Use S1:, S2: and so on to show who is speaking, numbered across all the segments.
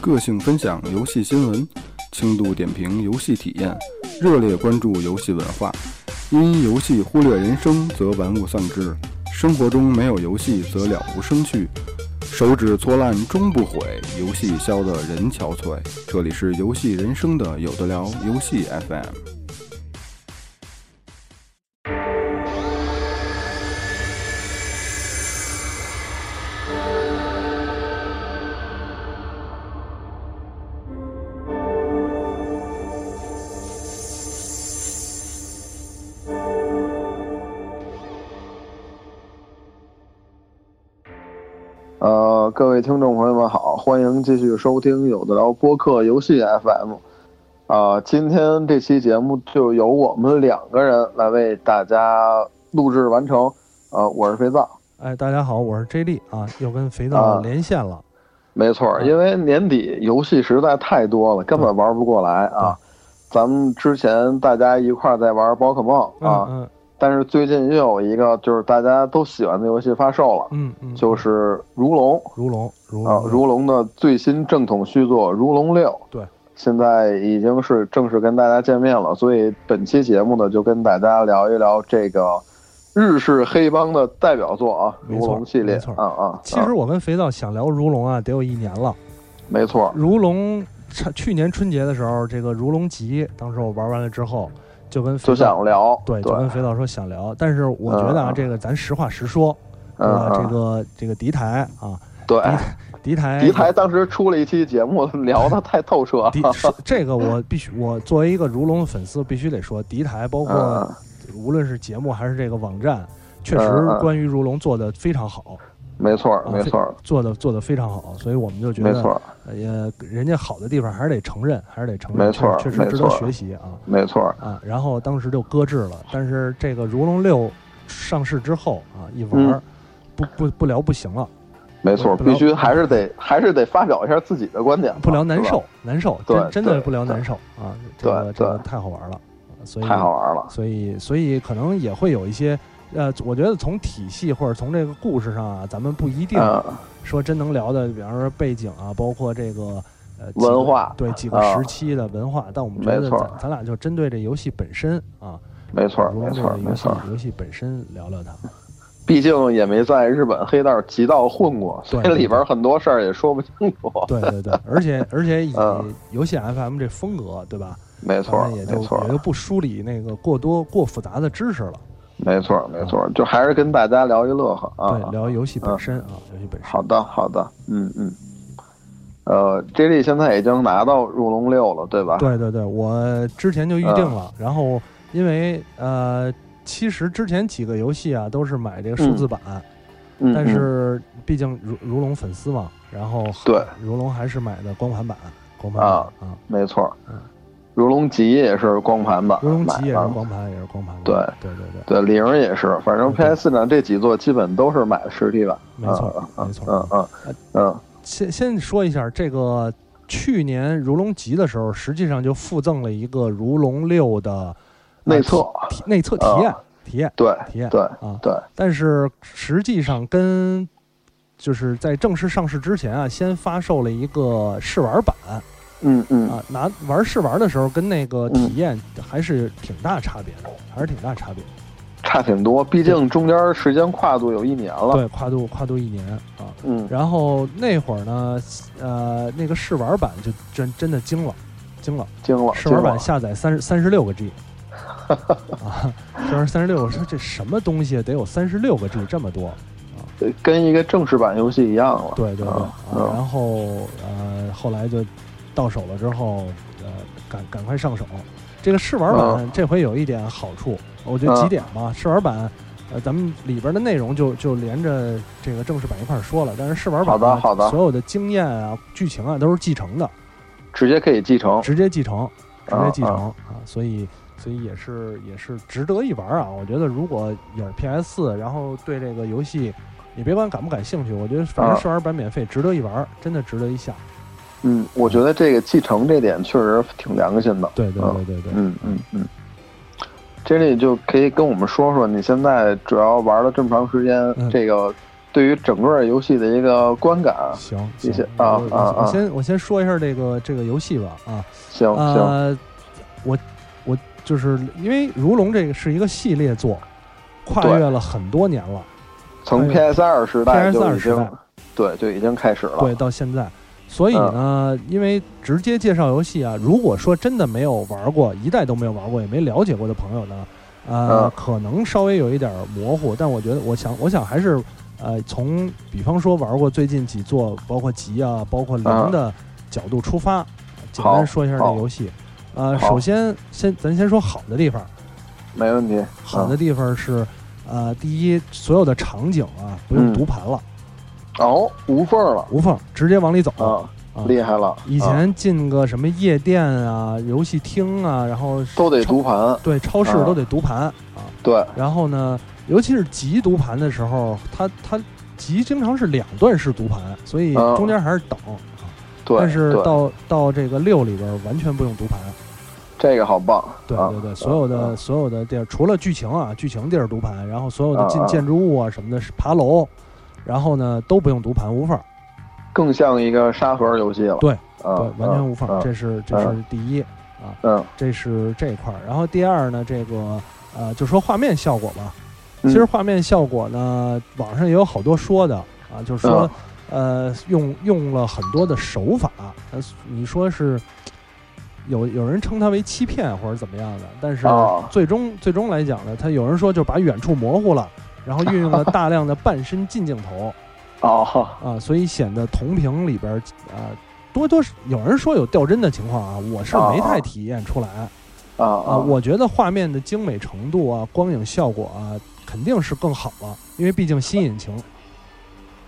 S1: 个性分享游戏新闻，轻度点评游戏体验，热烈关注游戏文化。因游戏忽略人生，则玩物丧志；生活中没有游戏，则了无生趣。手指搓烂终不悔，游戏消得人憔悴。这里是游戏人生的有的聊游戏 FM。
S2: 呃，各位听众朋友们好，欢迎继续收听有的聊播客游戏 FM。啊、今天这期节目就由我们两个人来为大家录制完成。呃，我是肥皂，
S3: 哎，大家好，我是 J 莉啊，又跟肥
S2: 啊
S3: 皂连线了。嗯
S2: 没错，因为年底游戏实在太多了，根本玩不过来啊。
S3: 嗯
S2: 咱们之前大家一块儿在玩宝可梦啊，
S3: 嗯
S2: 但是最近又有一个就是大家都喜欢的游戏发售了，
S3: 嗯嗯，
S2: 就是如龙。
S3: 如龙如
S2: 啊，
S3: 龙嗯
S2: 如龙的最新正统续作《如龙六》，
S3: 对，
S2: 现在已经是正式跟大家见面了，所以本期节目呢，就跟大家聊一聊这个日式黑帮的代表作啊，《
S3: 没
S2: 如
S3: 错
S2: 龙》系列
S3: 没错
S2: 啊啊，
S3: 其
S2: 啊
S3: 实我跟肥皂想聊如龙啊，得有一年了。
S2: 没错，
S3: 如龙差去年春节的时候，这个如龙集，当时我玩完了之后，就跟
S2: 就
S3: 肥皂
S2: 想聊，
S3: 对，
S2: 对
S3: 就，跟肥皂说想聊，但是我觉得啊，
S2: 嗯嗯
S3: 这个咱实话实说，对
S2: 嗯
S3: 吧？这
S2: 嗯，
S3: 个这个敌台啊，
S2: 对，
S3: 敌台
S2: 迪台当时出了一期节目，聊的太透彻 了，
S3: 敌说这个我必须，我作为一个如龙粉丝，必须得说，敌台包括
S2: 嗯，
S3: 无论是节目还是这个网站，确实
S2: 嗯嗯
S3: 关于如龙做的非常好，
S2: 没错，没错，
S3: 做的做的非常好，所以我们就啊觉
S2: 没
S3: 得，
S2: 错，
S3: 呃，人家好的地方还是得承认，还是得承认，
S2: 没错
S3: 确实
S2: 没
S3: 确实值得
S2: 错
S3: 学习啊
S2: 没错，
S3: 啊！然后当时就搁置了，但是这个如龙六上市之后啊，一玩
S2: 嗯
S3: 儿，不不不聊不行了，
S2: 没错，
S3: 不聊
S2: 必须还是得还是得发表一下自己的观点吧，
S3: 不聊难
S2: 啊是吧
S3: 受，难受，
S2: 对
S3: 真真的
S2: 对
S3: 不聊难受啊！这个
S2: 对
S3: 这个
S2: 对
S3: 太好玩了，啊所以
S2: 太好玩了。
S3: 所以所以可能也会有一些。呃，我觉得从体系或者从这个故事上啊，咱们不一定
S2: 嗯，
S3: 说真能聊的，比方说背景啊，包括这个呃几个
S2: 文化
S3: 对几个
S2: 啊
S3: 时期的文化。但我们觉
S2: 没
S3: 得
S2: 错
S3: 咱咱俩就针对这游戏本身啊，
S2: 没错，
S3: 如
S2: 没
S3: 龙这
S2: 错，
S3: 个
S2: 没
S3: 游戏
S2: 错。
S3: 游戏本身聊聊它。
S2: 毕竟也没在日本黑道极道混过，所以
S3: 对
S2: 里边很多事儿也说不清楚。
S3: 对对对，而且而且以
S2: 嗯
S3: 游戏 FM 这风格，对吧？
S2: 没错
S3: 咱，们也就
S2: 没错
S3: 也，就不梳理那个过多过复杂的知识了，
S2: 没错，没错，就还是跟大家聊一乐呵
S3: 对，
S2: 啊。
S3: 聊游戏本
S2: 嗯
S3: 身啊，游戏本身。
S2: 好的，好的，嗯嗯。呃，J 莉现在已经拿到入龙六了，对吧？嗯
S3: 对对对，我之前就预定了，然后因为呃，其实之前几个游戏啊都是买这个数字版，
S2: 嗯，嗯
S3: 但是毕竟如如龙粉丝嘛，然后
S2: 对
S3: 如龙还是买的光盘版，光盘版
S2: 啊
S3: 啊，
S2: 没错
S3: 嗯，
S2: 如龙集也是光盘版
S3: 如龙
S2: 买
S3: 集也是
S2: 的，
S3: 光盘，也是光盘版，
S2: 对
S3: 对对对，
S2: 对，零也是，反正
S3: 对
S2: PS 上这几座基本都是买的实体版。
S3: 没错
S2: 嗯
S3: 没错
S2: 嗯嗯嗯
S3: 呃
S2: 嗯，
S3: 先先说一下这个。去年如龙集的时候，实际上就附赠了一个如龙六的
S2: 嗯
S3: 呃
S2: 内测，
S3: 体内测体验、体验
S2: 对
S3: 体验
S2: 对
S3: 啊，
S2: 对，
S3: 但是实际上跟就是在正式上市之前啊，先发售了一个试玩版
S2: 嗯嗯。
S3: 啊，拿玩试玩的时候跟那个体验还是挺大差别的，还是挺大差别的。
S2: 差挺多，毕竟中间时间跨度有一年了。
S3: 对，跨度跨度一年啊。
S2: 嗯，
S3: 然后那会儿呢，呃，那个试玩版就真真的惊了，惊了。
S2: 惊了，
S3: 试
S2: 惊
S3: 玩
S2: 了
S3: 版。下载三十三十六个 G，啊，试玩三十六，我说这什么东西得有三十六个 G 这么多？
S2: 对呃跟一个正式版游戏一样了。
S3: 对对对，
S2: 啊
S3: 啊
S2: 嗯
S3: 然后呃，后来就到手了之后，呃，赶赶快上手。这个试玩
S2: 啊
S3: 版这回有一点好处，我觉得几
S2: 嗯
S3: 点吧。试玩版，呃，咱们里边的内容就就连着这个正式版一块儿说了，但是试玩
S2: 好
S3: 版
S2: 的
S3: 呢
S2: 好的
S3: 所有的经验啊、剧情啊都是继承的，
S2: 直接可以继承。
S3: 直接继承，直接
S2: 嗯
S3: 继承啊所以。所以也是也是值得一玩啊！我觉得如果有 PS 四，然后对这个游戏，你别管感不感兴趣，我觉得反正
S2: 啊
S3: 试玩版免费，值得一玩，真的值得一下。
S2: 嗯，我觉得这个继承这点确实挺良心的。
S3: 对对
S2: 啊
S3: 对对对，
S2: 嗯嗯嗯。这里就可以跟我们说说，你现在主要玩了这么长时间，
S3: 嗯
S2: 这个对于整个游戏的一个观感。
S3: 行，
S2: 谢谢
S3: 行
S2: 啊
S3: 我
S2: 啊
S3: 我
S2: 啊
S3: 先我先说一下这个这个游戏吧啊，
S2: 行行，
S3: 呃，我我就是因为《如龙》这个是一个系列作，跨
S2: 对
S3: 越了很多年了，
S2: 从
S3: 哎
S2: PS 二时代就
S3: PS2
S2: 已
S3: 时代
S2: 经，对，就已经开始了。嗯
S3: 对，到现在。所以呢，因为直接介绍游戏啊，如果说真的没有玩过，一代都没有玩过，也没了解过的朋友呢，呃，
S2: 嗯
S3: 可能稍微有一点儿模糊，但我觉得，我想，我想还是，呃，从比方说玩过最近几座，包括集啊，包括零
S2: 嗯
S3: 的角度出发，简
S2: 好
S3: 单说一下这
S2: 好
S3: 游戏。呃，
S2: 好
S3: 首先先咱先说好的地方，
S2: 没问题。
S3: 好的地方是，呃，第一，所有的场景啊不
S2: 嗯
S3: 用读盘了，
S2: 哦，无缝了
S3: 无缝直接往里走。
S2: 啊
S3: 啊，
S2: 厉害了！
S3: 以
S2: 啊
S3: 前进个什么夜店啊、游戏厅啊，然后
S2: 都得
S3: 超
S2: 读盘，
S3: 对超市
S2: 啊
S3: 都得读盘啊。
S2: 对，
S3: 然后呢，尤其是集读盘的时候，它它集经常是两段式读盘，所以
S2: 啊
S3: 中间还是等。啊
S2: 对，
S3: 但是
S2: 对
S3: 到到这个六里边完全不用读盘，
S2: 这个好棒，
S3: 对
S2: 啊
S3: 对对，所有的
S2: 啊
S3: 所有的地儿，除了剧情啊，剧情地儿读盘，然后所有的进
S2: 啊啊
S3: 建筑物啊什么的，是爬楼，然后呢都不用读盘，无缝儿，
S2: 更像一个沙盒游戏了，
S3: 对
S2: 啊，
S3: 对，完全无缝
S2: 啊
S3: 儿，这是这是第一。
S2: 嗯
S3: 这是这一块儿。然后第二呢，这个呃，就说画面效果吧。
S2: 嗯
S3: 其实画面效果呢，网上也有好多说的啊，就是说、
S2: 嗯
S3: 呃，用用了很多的手法。呃，你说是有有人称它为欺骗或者怎么样的，但是
S2: 哦
S3: 最终、最终来讲呢，它有人说就把远处模糊了。然后运用了大量的半身近镜头
S2: 哦，
S3: 啊，所以显得同屏里边儿呃多多有人说有掉帧的情况啊，我是没
S2: 哦
S3: 太体验出来。
S2: 啊
S3: 啊，
S2: 啊，
S3: 我觉得画面的精美程度啊，光影效果啊，肯定是更好了，因为毕竟新引擎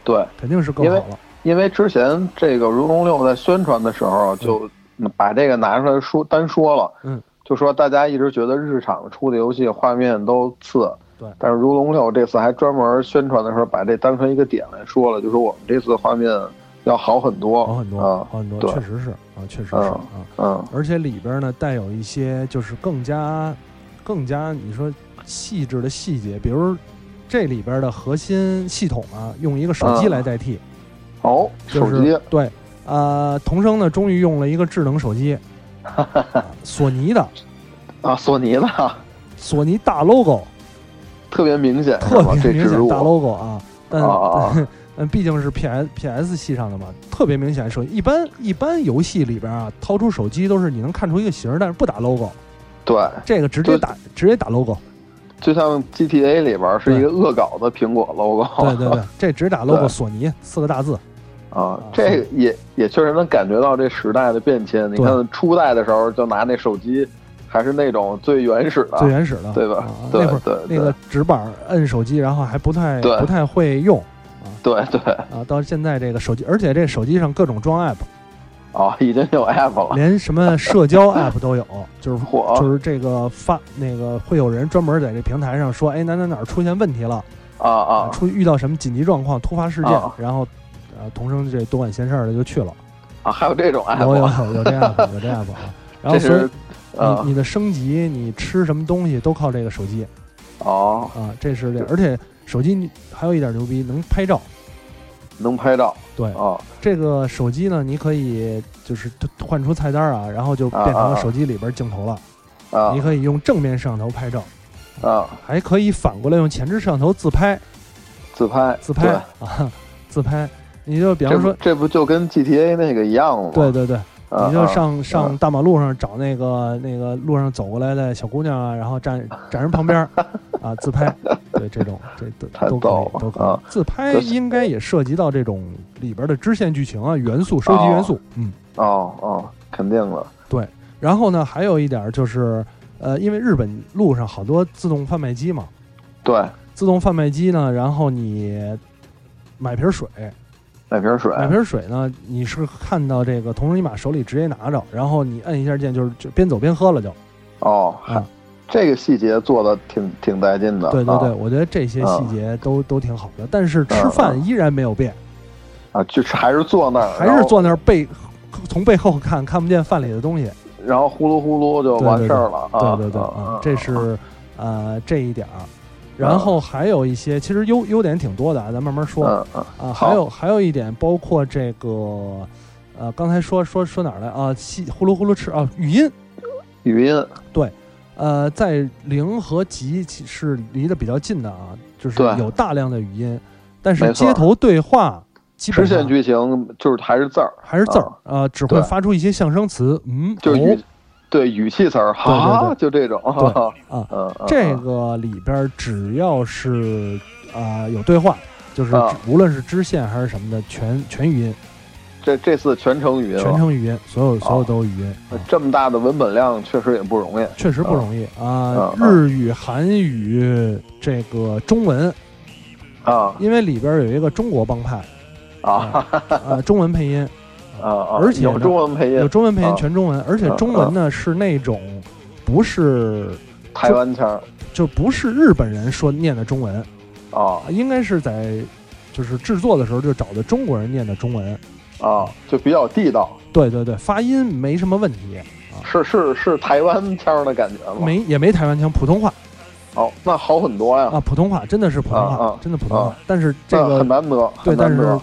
S2: 对，
S3: 肯定是更好了。
S2: 因为之前这个《如龙六》在宣传的时候就把这个拿出来说单说了，
S3: 嗯，
S2: 就说大家一直觉得日常出的游戏画面都次，
S3: 对
S2: 但是《如龙六》这次还专门宣传的时候把这当成一个点来说了，就说我们这次画面要好很多，
S3: 好很多，
S2: 啊，
S3: 好很多，
S2: 对
S3: 确实是啊，确实是啊，
S2: 嗯，
S3: 而且里边呢带有一些就是更加更加你说细致的细节，比如这里边的核心系统啊，用一个手机
S2: 嗯
S3: 来代替，
S2: 哦，
S3: 就
S2: 手
S3: 是
S2: 机，
S3: 对，呃，童生呢终于用了一个智能手机，啊索尼的
S2: 啊，索尼的 啊
S3: 索尼大 logo，
S2: 特别明显，是
S3: 特
S2: 吧？
S3: 别
S2: 这
S3: 明
S2: 植
S3: 显
S2: 入
S3: 大 logo 啊，但
S2: 啊啊啊
S3: 嗯，毕竟是 P S P S 系上的嘛，特别明显。手一般一般游戏里边啊，掏出手机都是你能看出一个形儿，但是不打 logo，
S2: 对，
S3: 这个直接
S2: 对
S3: 打直接打 logo，
S2: 就像 GTA 里边是一个恶搞的苹果 logo，
S3: 对对对，这只打 logo
S2: 对
S3: 索尼四个大字，
S2: 啊，这个也也确实能感觉到这时代的变迁。你
S3: 对
S2: 看初代的时候，就拿那手机，还是那种最原始的，
S3: 最原始的，
S2: 对吧
S3: 啊？
S2: 对
S3: 那会儿
S2: 对
S3: 那个直板摁手机，然后还不太
S2: 对
S3: 不太会用
S2: 对对对
S3: 啊，到现在这个手机，而且这手机上各种装 app，
S2: 啊，已经有 app 了，
S3: 连什么社交 app 都有，就是
S2: 火
S3: 就是这个发那个会有人专门在这平台上说，哎哪哪哪儿出现问题了，
S2: 啊
S3: 啊
S2: 啊
S3: 出遇到什么紧急状况、突发事件，
S2: 啊
S3: 然后呃同生这多管闲事儿的就去了，
S2: 啊，还有这种
S3: 有
S2: app，
S3: 有
S2: 啊
S3: 有有这 app 有这 app 啊， 然后
S2: 这
S3: 所以
S2: 是啊
S3: 你你的升级、你吃什么东西都靠这个手机
S2: 哦，
S3: 啊，这是这，而且手机你还有一点牛逼，能拍照。
S2: 能拍照
S3: 对，
S2: 啊
S3: 这个手机呢，你可以就是换出菜单啊，然后就变成了手机里边镜头了。
S2: 啊
S3: 你可以用正面摄像头拍照，
S2: 啊，
S3: 还可以反过来用前置摄像头自拍，
S2: 自拍
S3: 自拍啊， 自拍。你就比
S2: 对，
S3: 方
S2: 这不
S3: 说，
S2: 这不就跟 GTA 那个一样吗？
S3: 对对对，
S2: 啊，
S3: 你就
S2: 啊
S3: 上上大马路上找那个那个路上走过来的小姑娘啊，然后站站人旁 边儿啊自拍，对这种这都
S2: 太
S3: 都
S2: 逗
S3: 可以
S2: 了
S3: 都可以
S2: 啊。
S3: 自拍
S2: 就是
S3: 应该也涉及到这种里边的支线剧情啊、元素、收集元素。嗯，
S2: 哦哦，肯定的，
S3: 然后呢，还有一点儿就是，呃，因为日本路上好多自动贩卖机嘛，
S2: 对，
S3: 自动贩卖机呢，然后你买瓶水，
S2: 买瓶水，
S3: 买瓶水呢，你是看到这个同时你把手里直接拿着，然后你摁一下键，就是就边走边喝了就。
S2: 哦
S3: 啊，
S2: 这个细节做的挺挺带劲的，
S3: 对对
S2: 啊
S3: 对，我觉得这些细节都、都挺好的，但是吃
S2: 嗯
S3: 饭依然没有变，
S2: 啊，就是还是坐那儿，
S3: 还
S2: 然
S3: 是
S2: 后
S3: 坐那儿背，从背后看看不见饭里的东西。
S2: 然后呼噜呼噜就完事儿了啊！
S3: 对对对，嗯
S2: 啊，
S3: 这是呃这一点儿。然后还有一些，其实优优点挺多的啊，咱慢慢说
S2: 嗯嗯
S3: 啊。还有还有一点，包括这个，呃，刚才说说说哪儿来啊？吸呼噜呼噜吃啊，语音，
S2: 语音
S3: 呃，在零和极其是离得比较近的啊，就是
S2: 对
S3: 有大量的语音，但是
S2: 没错
S3: 街头对话基
S2: 实
S3: 本
S2: 现
S3: 上
S2: 剧情就是还是字儿，
S3: 还是字儿
S2: 啊
S3: 啊，只会
S2: 对
S3: 发出一些象声词，嗯，
S2: 就是
S3: 哦
S2: 语，对语气词儿，哈，就这种，
S3: 对
S2: 哈
S3: 啊，
S2: 嗯，嗯
S3: 这
S2: 嗯
S3: 个里边儿只要是啊、有对话，就是
S2: 啊
S3: 只无论是支线还是什么的，全全语音，
S2: 这这次全程语音
S3: 全
S2: 了，
S3: 程语音，所
S2: 哦
S3: 有所有都是语音，啊
S2: 这么大的文本量确实也不容易，
S3: 确实不容易啊
S2: 啊。
S3: 日语、韩语、这个中文，
S2: 啊
S3: 因为里边儿有一个中国帮派
S2: 啊
S3: 啊，中文配音
S2: 啊啊！
S3: 而且呢
S2: 有中文配
S3: 有
S2: 音，
S3: 中文配音，
S2: 啊
S3: 全中文，而且中文呢是那种不是
S2: 台湾腔儿
S3: 就不是日本人说念的中文，
S2: 啊
S3: 应该是在就是制作的时候就找的中国人念的中文。
S2: 啊，就比较地道，
S3: 对对对，发音没什么问题，
S2: 是是是台湾腔儿的感觉吗？
S3: 没也没台湾腔，普通话
S2: 哦，那好很多呀，
S3: 啊，普通话真的是普通
S2: 啊
S3: 话
S2: 啊，
S3: 真的普通话
S2: 啊。
S3: 但是这
S2: 那
S3: 个
S2: 很难得，
S3: 对，
S2: 很
S3: 但
S2: 难
S3: 是
S2: 得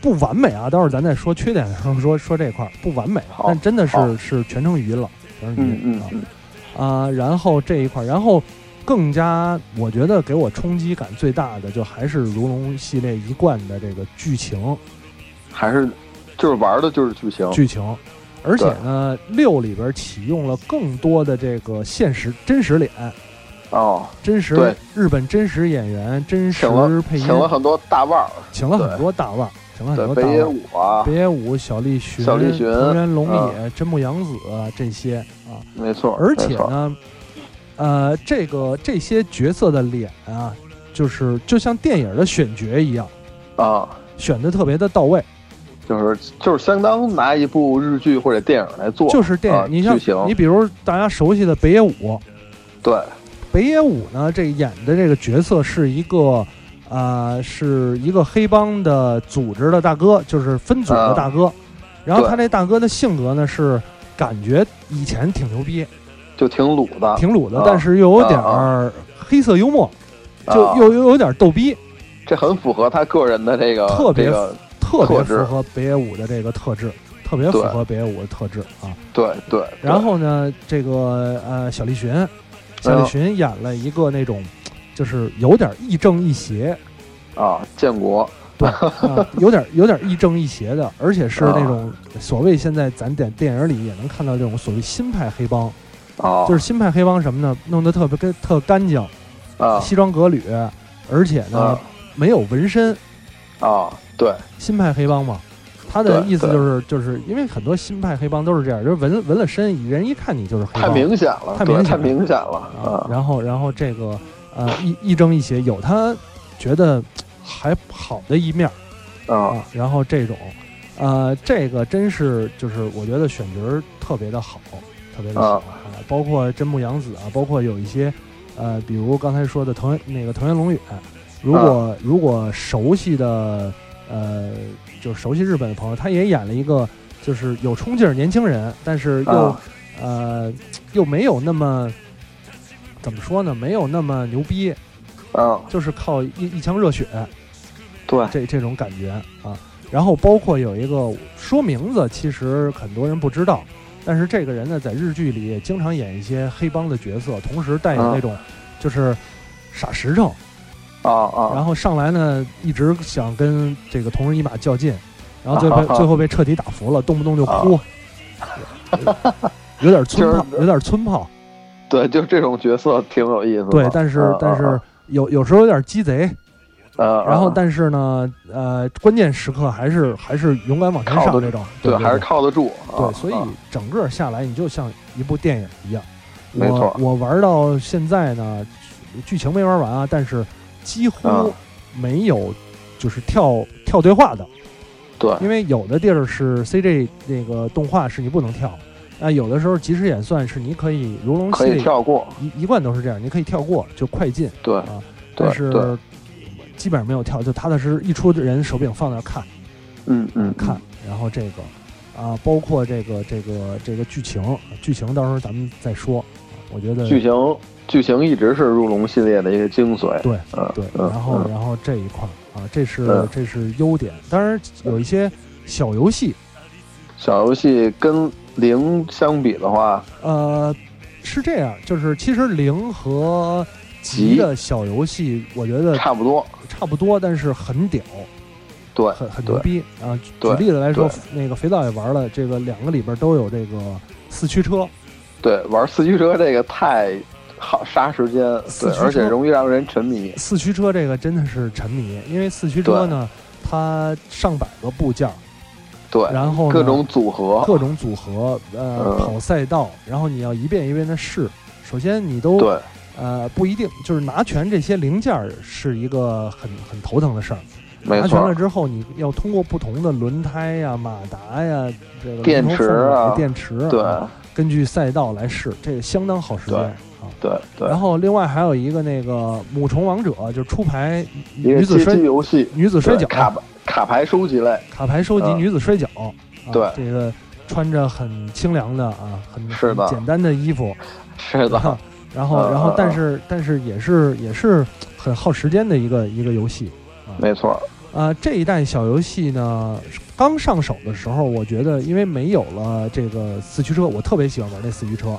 S3: 不完美啊。待会儿咱再说缺点的 时候说说这块儿不完美，啊
S2: 好
S3: 但真的是
S2: 好
S3: 是全程语音了，全程
S2: 嗯
S3: 语音
S2: 嗯
S3: 啊
S2: 嗯
S3: 啊。然后这一块儿，然后更加我觉得给我冲击感最大的，就还是《如龙》系列一贯的这个剧情
S2: 还是就是玩的就是剧情，
S3: 剧情。而且呢，六里边启用了更多的这个现实真实脸，
S2: 哦，
S3: 真实
S2: 对
S3: 日本真实演员、真实
S2: 请了
S3: 配音
S2: 请，了很多大腕儿，
S3: 请了很
S2: 对
S3: 多大腕儿，请了很
S2: 对
S3: 多大
S2: 北
S3: 腕
S2: 野
S3: 儿。
S2: 武啊，
S3: 北野武、小栗旬、
S2: 小栗旬嗯
S3: 藤原龙也、真木阳子啊这些啊，
S2: 没错，
S3: 而且
S2: 没错
S3: 呢，呃，这个这些角色的脸啊，就是就像电影的选角一样，
S2: 啊，
S3: 选的特别的到位，
S2: 就是就是相当拿一部日剧或者电影来做，
S3: 就是电
S2: 啊
S3: 影。你像
S2: 剧情
S3: 你比如大家熟悉的北野武，
S2: 对，
S3: 北野武呢这演的这个角色是一个。啊、是一个黑帮的组织的大哥，就是分组
S2: 啊
S3: 的大哥。然后他这大哥的性格呢，是感觉以前挺牛逼，
S2: 就挺鲁的，
S3: 挺鲁的
S2: 啊，
S3: 但是又有点儿黑色幽默，
S2: 啊
S3: 就又又有点儿逗逼，
S2: 这很符合他个人的这个
S3: 特别
S2: 这个
S3: 特别
S2: 特质
S3: 符合北野武的这个特质，特别符合北野武的特质啊。
S2: 对对，
S3: 然后呢，这个呃小栗旬，
S2: 哎
S3: 小栗旬演了一个那种就是有点儿亦正亦邪，
S2: 对啊，建国
S3: 啊，有点有点亦正亦邪的，而且是
S2: 啊
S3: 那种所谓现在咱点电影里也能看到这种所谓新派黑帮，
S2: 啊，
S3: 就是新派黑帮什么呢，弄得特别跟特干净，
S2: 啊
S3: 西装革履，而且呢
S2: 啊
S3: 没有纹身。
S2: 啊，对
S3: 新派黑帮嘛，他的
S2: 对
S3: 意思
S2: 对
S3: 就是就是因为很多新派黑帮都是这样，就是纹纹了身，人一看你就是黑
S2: 太
S3: 帮。
S2: 明显了，
S3: 太
S2: 对
S3: 明显
S2: 太明显
S3: 啊
S2: 了，
S3: 然后然后这个呃亦亦正亦邪，有他觉得还好的一面儿
S2: 啊啊
S3: 啊，然后这种呃这个真是就是我觉得选角儿特别的好，特别的好
S2: 啊
S3: 啊，包括真木阳子啊，包括有一些呃比如刚才说的藤原那个藤原龙远，如果、
S2: 啊
S3: 如果熟悉的呃，就熟悉日本的朋友，他也演了一个就是有冲劲儿年轻人，但是又、
S2: 啊
S3: 呃又没有那么怎么说呢，没有那么牛逼，
S2: 啊，
S3: 就是靠一一腔热血
S2: 对
S3: 这这种感觉啊。然后包括有一个说名字，其实很多人不知道，但是这个人呢，在日剧里也经常演一些黑帮的角色，同时带有那种就是傻实诚。
S2: 啊啊，
S3: 然后上来呢，一直想跟这个同人一马较劲，然后最后被、
S2: 啊哈哈啊
S3: 最后被彻底打服了，动不动 就哭，有点村炮
S2: 就，是
S3: 有点村炮，
S2: 对，就这种角色挺有意思的。
S3: 对，但是、
S2: 嗯
S3: 但是，有有时候有点鸡贼，
S2: 嗯嗯嗯
S3: 然后但是呢，呃，关键时刻还是还是勇敢往前
S2: 靠
S3: 上
S2: 得
S3: 这种，
S2: 对
S3: 对，
S2: 还是靠得住。啊
S3: 对，所以
S2: 啊
S3: 整个下来你就像一部电影一样。
S2: 没
S3: 我
S2: 错
S3: 我玩到现在呢，剧情没玩完啊，但是几
S2: 嗯
S3: 乎没有就是跳跳对话的，
S2: 对
S3: 因为有的地儿是 CG 那个动画是你不能跳，啊，有的时候即时演算是你可以如龙系
S2: 可以
S3: 列
S2: 跳过，
S3: 一一贯都是这样，你可以跳过就快进，
S2: 对
S3: 啊，
S2: 对
S3: 但是
S2: 对
S3: 基本上没有跳，就踏踏实实一出人手柄放那儿看
S2: 嗯嗯，
S3: 看，然后这个啊，包括这个这个这个剧情，剧情到时候咱们再说。啊我觉得
S2: 嗯剧情剧情一直是入龙系列的一个精髓。
S3: 对
S2: 嗯，
S3: 对，
S2: 嗯
S3: 然后
S2: 嗯
S3: 然后这一块儿啊，这是
S2: 嗯
S3: 这是优点。当然有一些小游戏，
S2: 小游戏跟零相比的话，
S3: 呃，是这样，就是其实零和级
S2: 级
S3: 的小游戏，我觉得
S2: 差不多。
S3: 差不多，但是很屌，
S2: 对
S3: 很很
S2: 对
S3: 牛逼啊！举举
S2: 对
S3: 例子来说
S2: 对，
S3: 那个肥皂也玩了，这个两个里边都有这个四驱车，
S2: 对，玩四驱车这个太耗杀时间，
S3: 四
S2: 对
S3: 驱，车
S2: 而且容易让人沉迷。
S3: 四驱车这个真的是沉迷，因为四驱车
S2: 对
S3: 呢，它上百个部件儿，
S2: 对，
S3: 然后呢
S2: 各种组合。
S3: 各种组合，呃，
S2: 嗯
S3: 跑赛道，然后你要一遍一遍的试。首先，你都
S2: 对
S3: 呃不一定，就是拿全这些零件儿是一个很很头疼的事儿。
S2: 没
S3: 拿全
S2: 错
S3: 了，之后，你要通过不同的轮胎呀、马达呀、这个
S2: 电
S3: 龙头
S2: 池
S3: 凤尾
S2: 啊
S3: 电池啊，
S2: 对
S3: 根据赛道来试，这个相当耗时间
S2: 对
S3: 啊。
S2: 对对
S3: 然，后另外还有一个那个母虫王者，就是出牌
S2: 一个
S3: 女子
S2: 街
S3: 摔
S2: 机游戏，
S3: 女子摔
S2: 对
S3: 跤
S2: 卡牌卡牌收集类，
S3: 卡牌收集
S2: 嗯
S3: 女子摔跤，啊
S2: 对
S3: 这个穿着很清凉的啊，很
S2: 是
S3: 很
S2: 的
S3: 简单的衣服，啊
S2: 是的，
S3: 然后然后
S2: 嗯
S3: 但是但是也是也是很耗时间的一个一个游戏
S2: 没错。
S3: 啊。这一代小游戏呢，刚上手的时候，我觉得因为没有了这个四驱车，我特别喜欢玩那四驱车，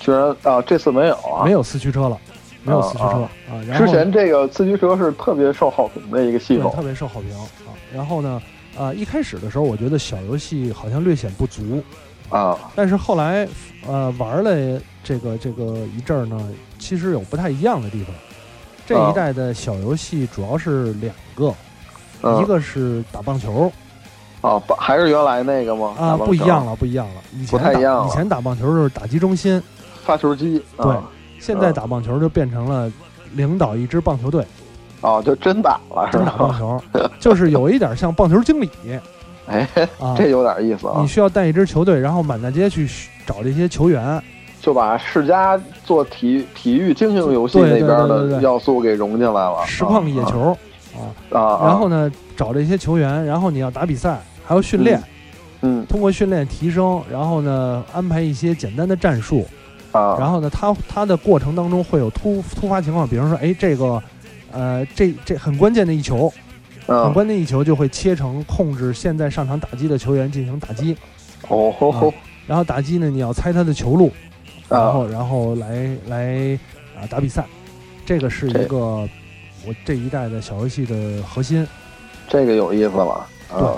S2: 居然啊，这次没有啊，
S3: 没有四驱车了，没有四驱车
S2: 啊
S3: 啊。然后
S2: 之前这个四驱车是特别受好评的一个系
S3: 对
S2: 统
S3: 特，别受好评啊。然后呢，呃，一开始的时候，我觉得小游戏好像略显不足，
S2: 啊，
S3: 但是后来，呃，玩了这个这个一阵儿呢，其实有不太一样的地方。这一代的小游戏主要是两个，
S2: 嗯
S3: 一个是打棒球
S2: 啊，不还是原来那个吗？
S3: 啊，
S2: 打棒球
S3: 不一样，了，不一样了。以前
S2: 不太一样
S3: 打
S2: 了
S3: 以前打棒球就是打击中心，
S2: 发球机，啊
S3: 对，现在
S2: 嗯
S3: 打棒球就变成了领导一支棒球队，
S2: 哦，就真打了是
S3: 真打棒
S2: 吧？
S3: 球，就是有一点像棒球经理
S2: 哎，
S3: 啊。
S2: 这有点意思啊
S3: 你，需要带一支球队，然后满大街去找这些球
S2: 啊
S3: 员，
S2: 就把世嘉做体体育经营游戏
S3: 对
S2: 那
S3: 对
S2: 边
S3: 对对
S2: 的
S3: 对
S2: 要素给融进来了，
S3: 实况野球啊。
S2: 啊，啊
S3: 然后，呢，找这些球员，然后你要打比赛，还要训练，
S2: 嗯
S3: 通过训练提升，然后呢，安排一些简单的战术，
S2: 啊，
S3: 然后呢，他他的过程当中会有突突发情况，比方说，哎，这个，呃，这这很关键的一球，很
S2: 嗯，
S3: 关键一球就会切成控制现在上场打击的球员进行打击，
S2: 哦吼吼，
S3: 然后打击呢，你要猜他的球路，
S2: 啊
S3: 嗯然后然后来来啊打比赛，这个是一
S2: 这
S3: 个我这一代的小游戏的核心。
S2: 这个有意思了啊，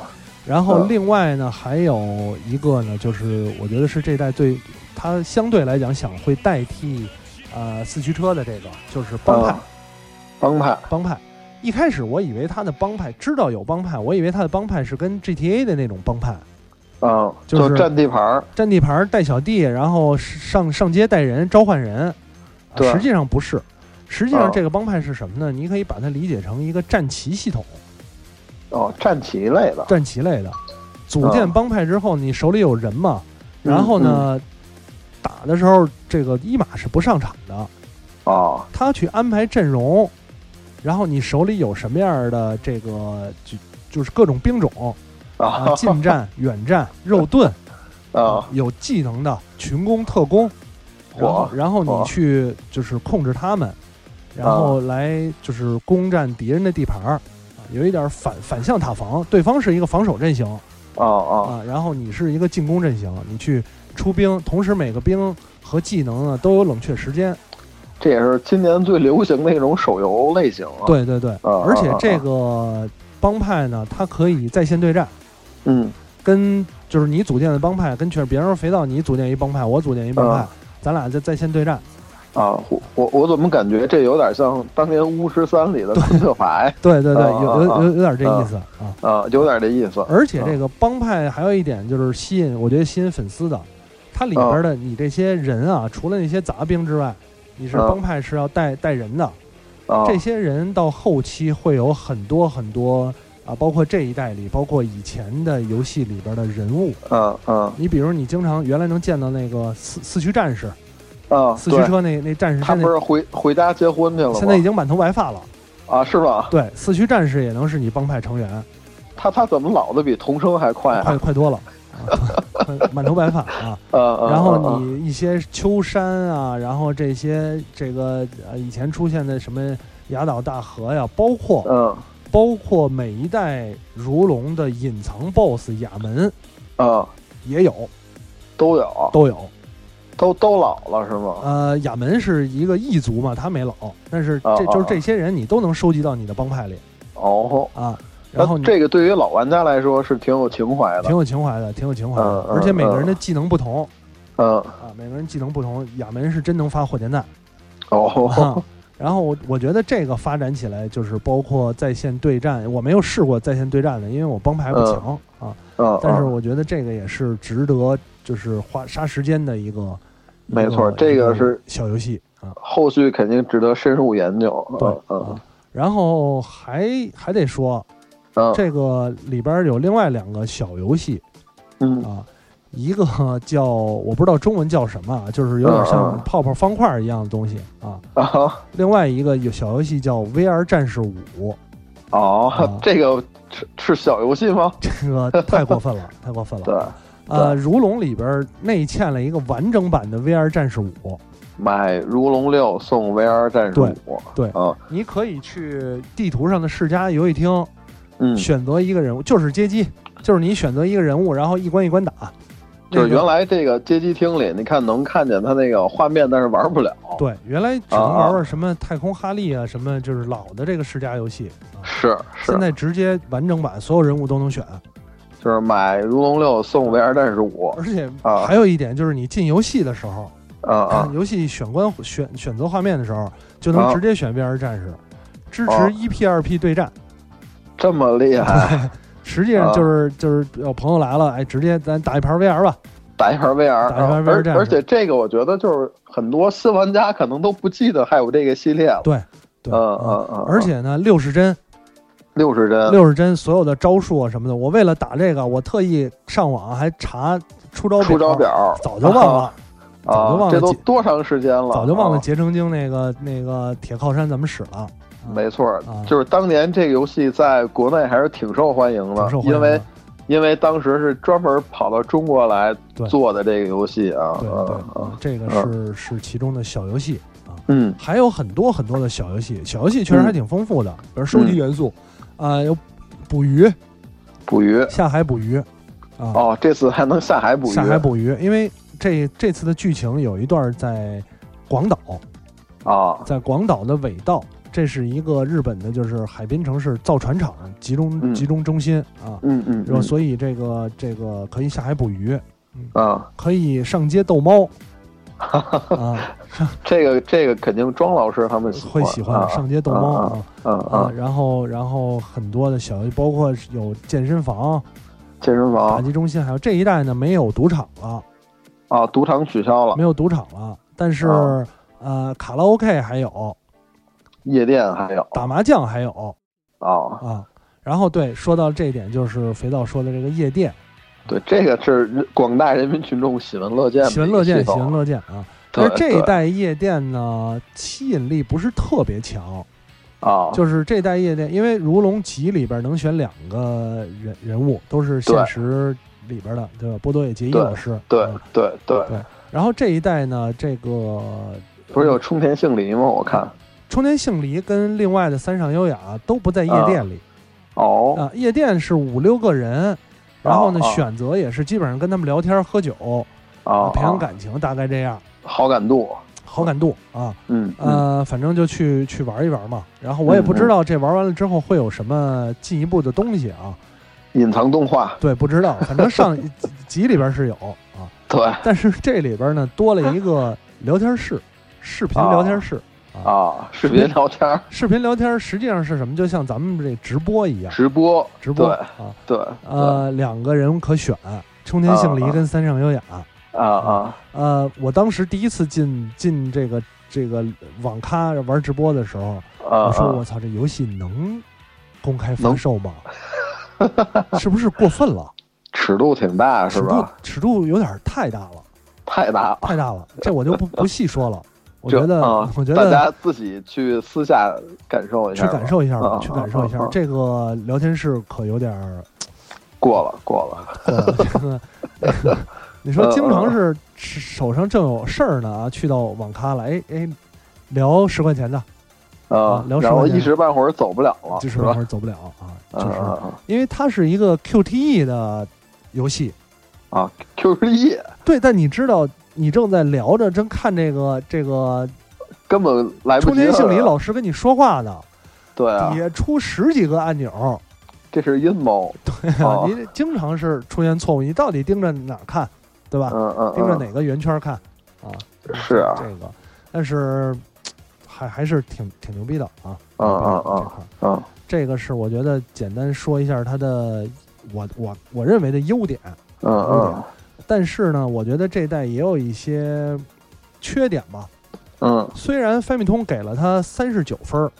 S3: 然后
S2: 嗯
S3: 另外呢，还有一个呢，就是我觉得是这一代最，它相对来讲想会代替，呃，四驱车的这个就是帮派
S2: 啊，帮派
S3: 帮派。一开始我以为它的帮派知道有帮派，我以为它的帮派是跟 GTA 的那种帮派，
S2: 啊，
S3: 就是
S2: 占地盘儿，
S3: 占地盘儿带小弟，然后上上街带人召唤人，啊
S2: 对
S3: 实际上不是。实际上
S2: 嗯
S3: 这个帮派是什么呢？你可以把它理解成一个战旗系统，
S2: 哦，战旗类的，
S3: 战旗类的。组建
S2: 嗯
S3: 帮派之后，你手里有人嘛，
S2: 嗯
S3: 然后呢，打的时候这个一马是不上场的，
S2: 哦，
S3: 他去安排阵容，然后你手里有什么样的这个就就是各种兵种啊，
S2: 啊
S3: 近战、远战、肉盾，
S2: 啊，
S3: 有技能的群攻、特攻，然后
S2: 哇
S3: 然后你
S2: 哇
S3: 去就是控制他们，然后来就是攻占敌人的地盘儿。啊有一点反反向塔防，对方是一个防守阵型，
S2: 哦哦，
S3: 啊，然后你是一个进攻阵型，你去出兵，同时每个兵和技能呢都有冷却时间。
S2: 这也是今年最流行的一种手游类型啊。，
S3: 对对对，
S2: 啊
S3: 而且
S2: 啊
S3: 这
S2: 啊
S3: 个帮派呢，它可以在线对战，
S2: 嗯，
S3: 跟就是你组建的帮派跟全别人说肥皂，你组建一帮派，我组建一帮派
S2: 啊，
S3: 咱俩在在线对战。
S2: 啊，我我我怎么感觉这有点像当年《巫师三》里的昆特牌
S3: 对对对，有有
S2: 啊啊
S3: 有有点这意
S2: 啊
S3: 思啊。
S2: 啊，有点这意思。
S3: 而且这个帮派还有一点就是吸引，我觉得吸引粉丝的，它
S2: 啊
S3: 里边的你这些人啊，除了那些杂兵之外，你是
S2: 啊
S3: 帮派是要带带人的。
S2: 啊，
S3: 这些人到后期会有很多很多啊，包括这一代里，包括以前的游戏里边的人物。
S2: 嗯嗯
S3: 你比如你经常原来能见到那个四四驱战士，
S2: 啊，
S3: 四驱
S2: 对，
S3: 车那那战士
S2: 他
S3: 现
S2: 不
S3: 在
S2: 是回回家结婚去了吗？
S3: 现在已经满头白发了。
S2: 啊，是吧？
S3: 对，四驱战士也能是你帮派成员，
S2: 他他怎么老的比童声还快
S3: 快
S2: 啊？
S3: 快多了。啊满头白发啊。
S2: 啊啊！
S3: 然后
S2: 啊
S3: 你一些秋山啊，然后这些这个呃以前出现的什么雅岛大河呀，包括
S2: 嗯
S3: 包括每一代如龙的隐藏 BOSS 雅门
S2: 啊
S3: 也有，
S2: 都有，
S3: 都有。
S2: 都都老了是吗？
S3: 呃，雅门是一个异族嘛，他没老，但是
S2: 啊啊
S3: 这就是
S2: 啊
S3: 这些人你都能收集到你的帮派里
S2: 哦，
S3: 啊。然后
S2: 那
S3: 你
S2: 这个对于老玩家来说是挺有情怀
S3: 挺
S2: 的。
S3: 有情怀的，挺有情怀的，
S2: 嗯嗯
S3: 而且每个人的技能不同
S2: 嗯，
S3: 啊，每个人技能不同。雅门是真能发火箭弹。
S2: 哦，
S3: 啊 然后我我觉得这个发展起来，就是包括在线对战，我没有试过在线对战的，因为我帮派不强、啊。
S2: 嗯，
S3: 但是
S2: 嗯
S3: 我觉得这个也是值得，就是花杀时间的一个，
S2: 没错
S3: 一
S2: 这个是
S3: 一小游戏啊。
S2: 后续肯定值得深入研究。
S3: 对
S2: 嗯嗯
S3: 啊，然后还还得说，
S2: 嗯
S3: 啊这个里边有另外两个小游戏
S2: 嗯
S3: 啊，一个叫我不知道中文叫什么啊，就是有点
S2: 嗯嗯
S3: 像
S2: 嗯
S3: 泡泡方块一样的东西啊。
S2: 啊
S3: 另外一个有小游戏叫《VR 战士五》，
S2: 哦
S3: 啊，
S2: 这个是是小游戏吗？
S3: 这个太 过分了，太过分了。
S2: 对，
S3: 呃，如龙里边内嵌了一个完整版的 VR 战士五，
S2: 买如龙六送 VR 战士
S3: 对
S2: 五。
S3: 对
S2: 啊，
S3: 你可以去地图上的世家游戏厅
S2: 嗯，
S3: 选择一个人物，就是街机，就是你选择一个人物，然后一关一关打。那
S2: 就是
S3: 个
S2: 原来这个街机厅里，你看能看见它那个画面，但是玩不了。
S3: 对，原来只能玩玩什么太空哈利啊，什么就是老的这个世家游戏啊。
S2: 是是
S3: 现，在直接完整版，所有人物都能选，
S2: 就是买如龙六送 VR 战士五。
S3: 而且
S2: 啊
S3: 还有一点就是，你进游戏的时候，
S2: 啊啊
S3: 游戏选关选选择画面的时候，就
S2: 啊
S3: 能直接选 VR 战士，支
S2: 哦
S3: 持一 P 二 P 对战。
S2: 这么厉 害，
S3: 实际
S2: 啊
S3: 上就是就是有朋友来了，哎，直接咱打一盘 VR 吧。
S2: 打一盘 VR，
S3: 打一盘
S2: 啊
S3: VR
S2: 而
S3: 战士
S2: 而且这个我觉得就是很多新玩家可能都不记得还有这个系列了。
S3: 对，对，
S2: 嗯
S3: 嗯
S2: 嗯嗯，
S3: 而且呢，六十帧，
S2: 六十帧，
S3: 六十帧所有的招数啊什么的，我为了打这个，我特意上网还查出招表，
S2: 出招表
S3: 早就忘 了，早就
S2: 啊，
S3: 忘
S2: 这
S3: 了
S2: 都
S3: 解
S2: 多长时间了？
S3: 早就忘了
S2: 啊
S3: 结成精那个那个铁靠山怎么使了，
S2: 没错
S3: 啊，
S2: 就是当年这个游戏在国内还是挺受欢迎
S3: 挺
S2: 的
S3: 受，欢
S2: 因
S3: 迎
S2: 为
S3: 的。
S2: 因为当时是专门跑到中国来
S3: 对
S2: 做的这个游戏啊，
S3: 对对
S2: 啊，啊
S3: 嗯这个是是其中的小游戏啊，
S2: 嗯
S3: 还有很多很多的小游戏，小游戏确实还挺丰富的，比如收集元素，
S2: 嗯
S3: 啊，有捕鱼，
S2: 捕鱼
S3: 下海捕鱼，啊，
S2: 哦，这次还能下海捕鱼，
S3: 下海捕鱼，因为这这次的剧情有一段在广岛，
S2: 啊，
S3: 在广岛的尾道，这是一个日本的，就是海滨城市造船厂集中、
S2: 嗯
S3: 集中中心啊，
S2: 嗯嗯，
S3: 然后
S2: 嗯
S3: 所以这个这个可以下海捕鱼，
S2: 啊，
S3: 可以上街 逗猫，啊，
S2: 这个这个肯定庄老师他们
S3: 会喜欢上街逗猫
S2: 啊啊
S3: 啊
S2: 啊，
S3: 然后然后很多的小，包括有健身房、
S2: 健身
S3: 打
S2: 房
S3: 击中心，还有这一带呢没有赌场了，
S2: 啊，赌场取消了
S3: 没，有赌场了，但是、
S2: 啊
S3: 呃卡拉 OK 还有，
S2: 夜店还有
S3: 打麻将还有。
S2: 啊，
S3: 啊。然后对，说到这一点，就是肥皂说的这个夜店，
S2: 对，这个是人广大人民群众喜闻乐见的一个系统，
S3: 喜闻乐见，喜闻乐见啊。
S2: 对，
S3: 但是这一
S2: 对
S3: 代夜店呢，吸引力不是特别强，
S2: 啊，
S3: 就是这代夜店，因为《如龙集》里边能选两个人人物，都是现实里边的，对吧？波多野结衣
S2: 对
S3: 老师，
S2: 对
S3: 嗯
S2: 对对，
S3: 然后这一代呢，这个呃
S2: 不是有冲田杏梨吗？我看
S3: 冲田杏梨跟另外的三上优雅都不在夜店里
S2: 哦
S3: 啊，夜店是五六个人，然后呢，
S2: 啊啊
S3: 选择也是基本上跟他们聊天喝酒，
S2: 啊，
S3: 培养
S2: 啊
S3: 感情大概这样，
S2: 好感度，
S3: 好感度啊，
S2: 嗯嗯
S3: 呃，反正就去去玩一玩嘛。然后我也不知道这玩完了之后会有什么进一步的东西啊，
S2: 隐藏动画，
S3: 对，不知道，反正上集集里边是有啊，
S2: 对
S3: 但是这里边呢多了一个聊天室，视频聊天室，
S2: 啊，视频聊天 儿
S3: 视频聊天实际上是什么？就像咱们这直播一样，
S2: 直播，
S3: 直播
S2: 对
S3: 啊，
S2: 对
S3: 呃，两个人可选，冲田杏
S2: 啊
S3: 梨
S2: 啊
S3: 跟三上优雅。
S2: 对啊啊
S3: 呃，我当时第一次进进这个这个网咖玩直播的时候，
S2: 啊，
S3: 我说
S2: 啊
S3: 我操，这游戏能公开发售吗？是不是过分了？
S2: 尺度挺大
S3: 尺
S2: 是
S3: 度
S2: 吧？
S3: 尺度有点太大了，
S2: 太大了。
S3: 太大了，这我就不不 细说了。我觉
S2: 这
S3: 得
S2: 啊，
S3: 我觉
S2: 大
S3: 得
S2: 家自己去私下感受一
S3: 去
S2: 下吧，
S3: 感受一下
S2: 啊
S3: 吧，去感受一
S2: 啊啊
S3: 下
S2: 啊
S3: 这个聊天室可有点儿
S2: 过了过了，
S3: 过了。这个你说经常是手上正有事儿呢啊，去到网咖了，哎哎，聊十块钱的，
S2: 啊
S3: 啊，聊
S2: 然后
S3: 十块钱
S2: 一时半会儿走不了了，
S3: 就是是那
S2: 吧
S3: 会？儿走不了啊，
S2: 啊
S3: 就是
S2: 啊啊
S3: 因为它是一个 QTE 的游戏，
S2: 啊，QTE
S3: 对，但你知道你正在聊着，正看这个这个
S2: 根本来不
S3: 冲
S2: 及
S3: 天
S2: 了。
S3: 杏里老师跟你说话呢，
S2: 对啊
S3: 底，下出十几个按钮，
S2: 这是阴谋。哦
S3: 啊你经常是出现错误，你到底盯着哪儿看，对吧？
S2: 嗯嗯
S3: 盯着
S2: 嗯，
S3: 哪个圆圈看啊？
S2: 是啊
S3: 这个，但是还还是挺挺牛逼的啊！
S2: 嗯嗯
S3: 这块儿
S2: 嗯
S3: 这个是我觉得简单说一下它的我我我认为的优点，
S2: 嗯嗯
S3: 但是呢，我觉得这代也有一些缺点吧。
S2: 嗯，
S3: 虽然 Family 通给了它三十九分儿，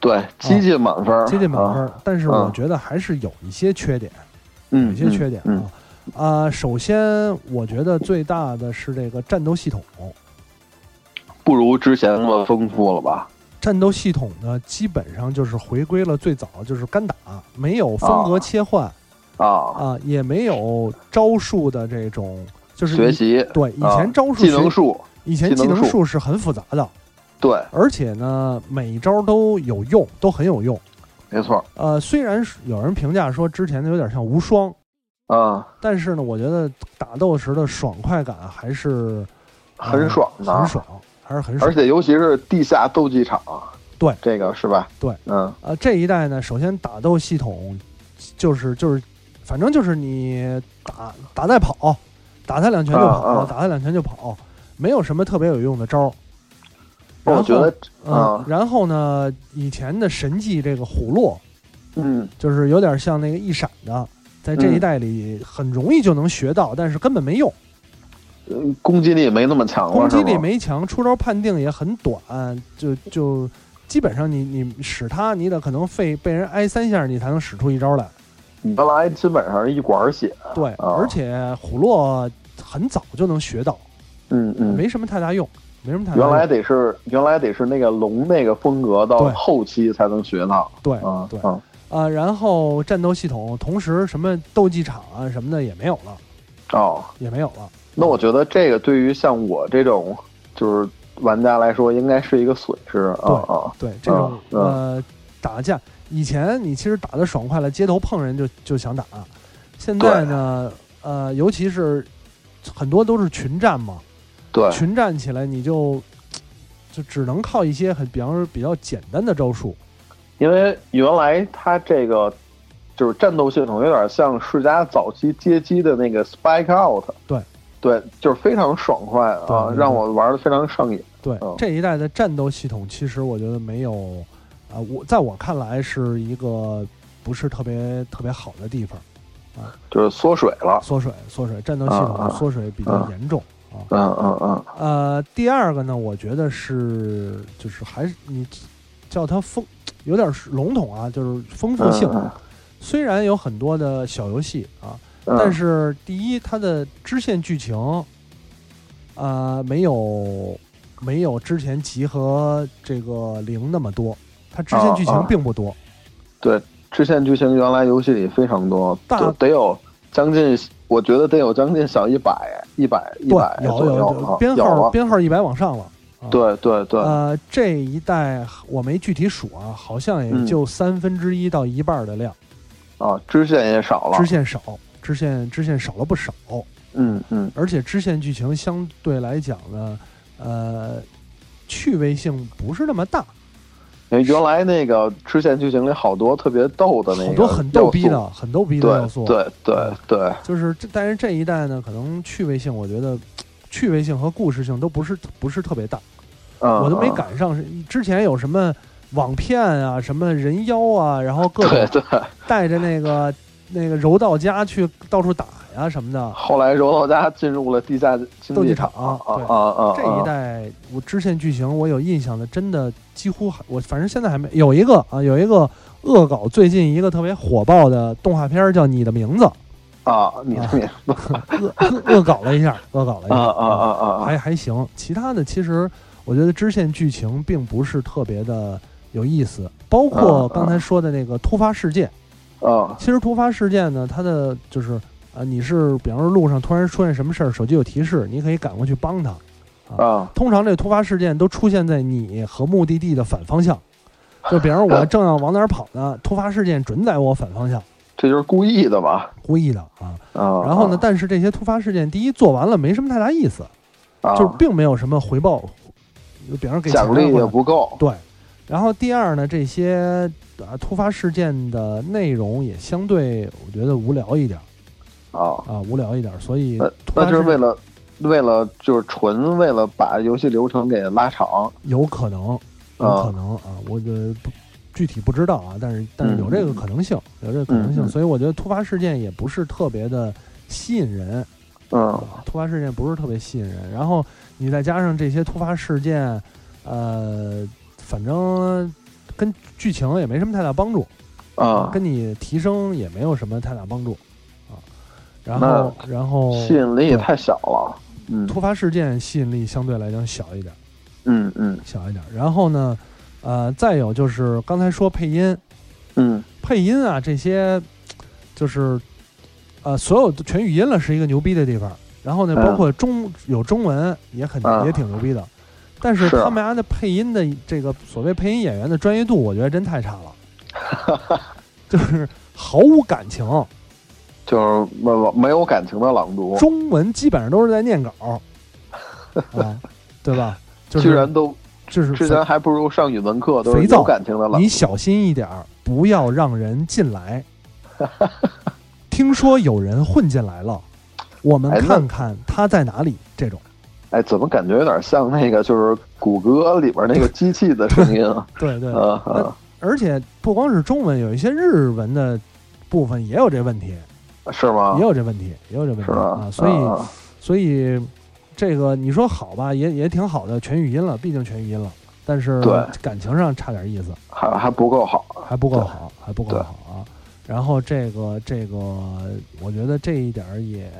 S2: 对，接近满分儿，
S3: 啊接近满分
S2: 啊。
S3: 儿，但是我
S2: 嗯
S3: 觉得还是有一些缺点，有
S2: 嗯，
S3: 一些缺点
S2: 嗯
S3: 啊。啊、首先我觉得最大的是这个战斗系统，
S2: 不如之前那么丰富了吧？
S3: 战斗系统呢基本上就是回归了最早就是干打，没有风格
S2: 啊
S3: 切换
S2: 啊，
S3: 啊、也没有招数的这种，就是
S2: 学
S3: 以
S2: 习
S3: 对以
S2: 啊
S3: 前招数学、
S2: 技能术，
S3: 以前
S2: 技
S3: 技
S2: 能
S3: 能
S2: 术
S3: 术是很复杂的，
S2: 对，
S3: 而且呢，每一招都有用，都很有用。
S2: 没错。
S3: 呃，虽然是有人评价说之前的有点像无双，
S2: 啊，
S3: 但是呢，我觉得打斗时的爽快感还是、呃
S2: 很爽的
S3: 很，爽，还是很爽
S2: 而。且尤其是地下斗技场，
S3: 对
S2: 这个是吧？
S3: 对，
S2: 嗯
S3: 呃，这一代呢，首先打斗系统就是就是，反正就是你打打带跑，打他两拳就跑，
S2: 啊啊
S3: 打他两拳就跑，没有什么特别有用的招儿。然
S2: 我
S3: 后
S2: 觉得，
S3: 嗯
S2: 啊，
S3: 然后呢，以前的神技这个虎落，
S2: 嗯，
S3: 就是有点像那个一闪的，在这一
S2: 嗯
S3: 代里很容易就能学到，但是根本没用，
S2: 呃攻击力没那么强了，
S3: 攻
S2: 哦
S3: 击
S2: 是
S3: 力
S2: 吗
S3: 没强，出招判定也很短，就就基本上你你使它，你得可能费被人挨三下，你才能使出一招来。
S2: 原来基本上是一管儿血，
S3: 对，
S2: 哦
S3: 而且虎落很早就能学到，
S2: 嗯嗯，
S3: 没什么太大用，没什么太大
S2: 原
S3: 用。
S2: 来得是原来得是那个龙那个风格，到
S3: 对
S2: 后期才能学到
S3: 对
S2: 啊
S3: 对
S2: 啊
S3: 啊，然后战斗系统，同时什么斗技场啊什么的也没有了，
S2: 哦。
S3: 也没有了。
S2: 那我觉得这个对于像我这种就是玩家来说，应该是一个损失啊啊
S3: 对，这种
S2: 啊、嗯
S3: 呃打架，以前你其实打的爽快了，街头碰人就就想打，现在呢，呃，尤其是很多都是群战嘛，
S2: 对
S3: 群战起来你就就只能靠一些很比方说比较简单的招数，
S2: 因为原来它这个就是战斗系统有点像世嘉早期街机的那个 Spike Out，
S3: 对
S2: 对，就是非常爽快
S3: 对
S2: 啊
S3: 没，错
S2: 让我玩的非常上瘾。
S3: 对，
S2: 嗯
S3: 这一代的战斗系统，其实我觉得没有，啊、我在我看来是一个不是特别特别好的地方，
S2: 就是缩水了，
S3: 缩水缩水，战斗系统
S2: 啊
S3: 缩水比较
S2: 啊
S3: 严重啊。
S2: 嗯嗯嗯，
S3: 呃，第二个呢，我觉得是就是还是你叫它丰，有点笼统啊，就是丰富性。
S2: 嗯
S3: 虽然有很多的小游戏啊，
S2: 嗯
S3: 但是第一，它的支线剧情，呃，没有没有之前集合这个零那么多，它支线剧
S2: 啊
S3: 情
S2: 啊
S3: 并不多。
S2: 支线剧情原来游戏里非常多，
S3: 大
S2: 就得有将近，我觉得得有将近小一百、一百、一百
S3: 对，有
S2: 左
S3: 有
S2: 右
S3: 有
S2: 啊，
S3: 编
S2: 有
S3: 号
S2: 啊，
S3: 编号一百往上了。啊
S2: 对对对，
S3: 呃，这一代我没具体数啊，好像也
S2: 嗯
S3: 就三分之一到一半儿的量。
S2: 啊，支线也少了
S3: 支，线少，支线支线少了不少，
S2: 嗯嗯
S3: 而且支线剧情相对来讲呢，呃，趣味性不是那么大，
S2: 因为原来那个支线剧情里好多特别逗的那个，
S3: 好多很逗逼，的、很逗逼的要
S2: 对
S3: 素，嗯
S2: 对对对，
S3: 就是这，但是这一代呢，可能趣味性我觉得。趣味性和故事性都不是不是特别大，
S2: 嗯，
S3: 我都没
S2: 嗯，
S3: 赶上。之前有什么网骗啊，什么人妖啊，然后各
S2: 对
S3: 种
S2: 对，
S3: 带着那个那个柔道家去到处打呀什么的，
S2: 后来柔道家进入了地下竞
S3: 斗技
S2: 场，
S3: 场
S2: 啊
S3: 对
S2: 啊啊，
S3: 这一代我支线剧情我有印象的，真的几乎还我反正现在还没有一个啊，有一个恶搞最近一个特别火爆的动画片儿叫《你的名字》，
S2: 啊，你
S3: 啊
S2: 你
S3: 恶恶恶搞了一下，恶搞了一下
S2: 啊啊啊啊啊，
S3: 还还行。其他的其实我觉得支线剧情并不是特别的有意思，包
S2: 啊
S3: 括
S2: 啊
S3: 刚才说的那个突发事件。
S2: 啊
S3: 其实突发事件呢，它的就是啊，你是比方说路上突然出现什么事儿，手机有提示，你可以赶过去帮他。
S2: 啊
S3: 通常这个突发事件都出现在你和目的地的反方向，就比方说我正要往哪儿跑呢，突发事件准在我反方向，
S2: 这就是故意的吧？
S3: 故意的啊。
S2: 啊，
S3: 然后呢，但是这些突发事件，第一做完了没什么太大意思，
S2: 啊，
S3: 就是并没有什么回报，就比方说给
S2: 奖
S3: 钱
S2: 励也
S3: 或者
S2: 不够
S3: 对。然后第二呢，这些啊突发事件的内容也相对我觉得无聊一点儿
S2: 啊，
S3: 啊，无聊一点儿，所以
S2: 那
S3: 突
S2: 那
S3: 发
S2: 就是
S3: 事
S2: 为
S3: 件
S2: 了为了就是纯为了把游戏流程给拉长
S3: 有可能，有可
S2: 啊
S3: 能啊，我呃不具体不知道啊，但是但是有这个可能性，有这个可能性，
S2: 嗯嗯嗯
S3: 所以我觉得突发事件也不是特别的吸引人，
S2: 嗯
S3: 啊突发事件不是特别吸引人。然后你再加上这些突发事件，呃，反正跟剧情也没什么太大帮助，
S2: 啊，
S3: 跟你提升也没有什么太大帮助啊。然
S2: 那
S3: 后，然后
S2: 吸引力也
S3: 对
S2: 太小了。嗯
S3: 突发事件吸引力相对来讲小一点。
S2: 嗯嗯
S3: 小一点儿。然后呢，呃，再有就是刚才说配音，
S2: 嗯
S3: 配音啊这些，就是呃，所有的全语音了是一个牛逼的地方。然后呢，
S2: 嗯
S3: 包括中、有中文也很、
S2: 嗯
S3: 也挺牛逼的，但是
S2: 是啊
S3: 他们家的配音的这个所谓配音演员的专业度，我觉得真太差了，就是毫无感情，
S2: 就是没有没有感情的朗读，
S3: 中文基本上都是在念稿 儿，啊，对吧？就是
S2: 居然都
S3: 就是
S2: 之前还不如上语文课都
S3: 嗯肥
S2: 是
S3: 皂
S2: 有感情的朗
S3: 你
S2: 读。
S3: 小心一点儿，不要让人进 来。听说有人混进来了，我们
S2: 哎那
S3: 看看他在哪里。这种，
S2: 哎，怎么感觉有点像那个就是谷歌里边那个机器的声音啊？
S3: 对对，
S2: 啊啊
S3: 而且不光是中文，有一些日文的部分也有这问题，
S2: 啊是吗
S3: 也？有这问题，也有这问
S2: 是
S3: 题
S2: 吧
S3: 啊。？所以，
S2: 啊
S3: 所以这个你说好吧，也也挺好的，全语音了，毕竟全语音了，但是
S2: 对
S3: 感情上差点意思。
S2: 还还不够好。
S3: 还不够
S2: 对
S3: 好，还不够
S2: 对
S3: 好啊。然后这个这个，我觉得这一点儿也，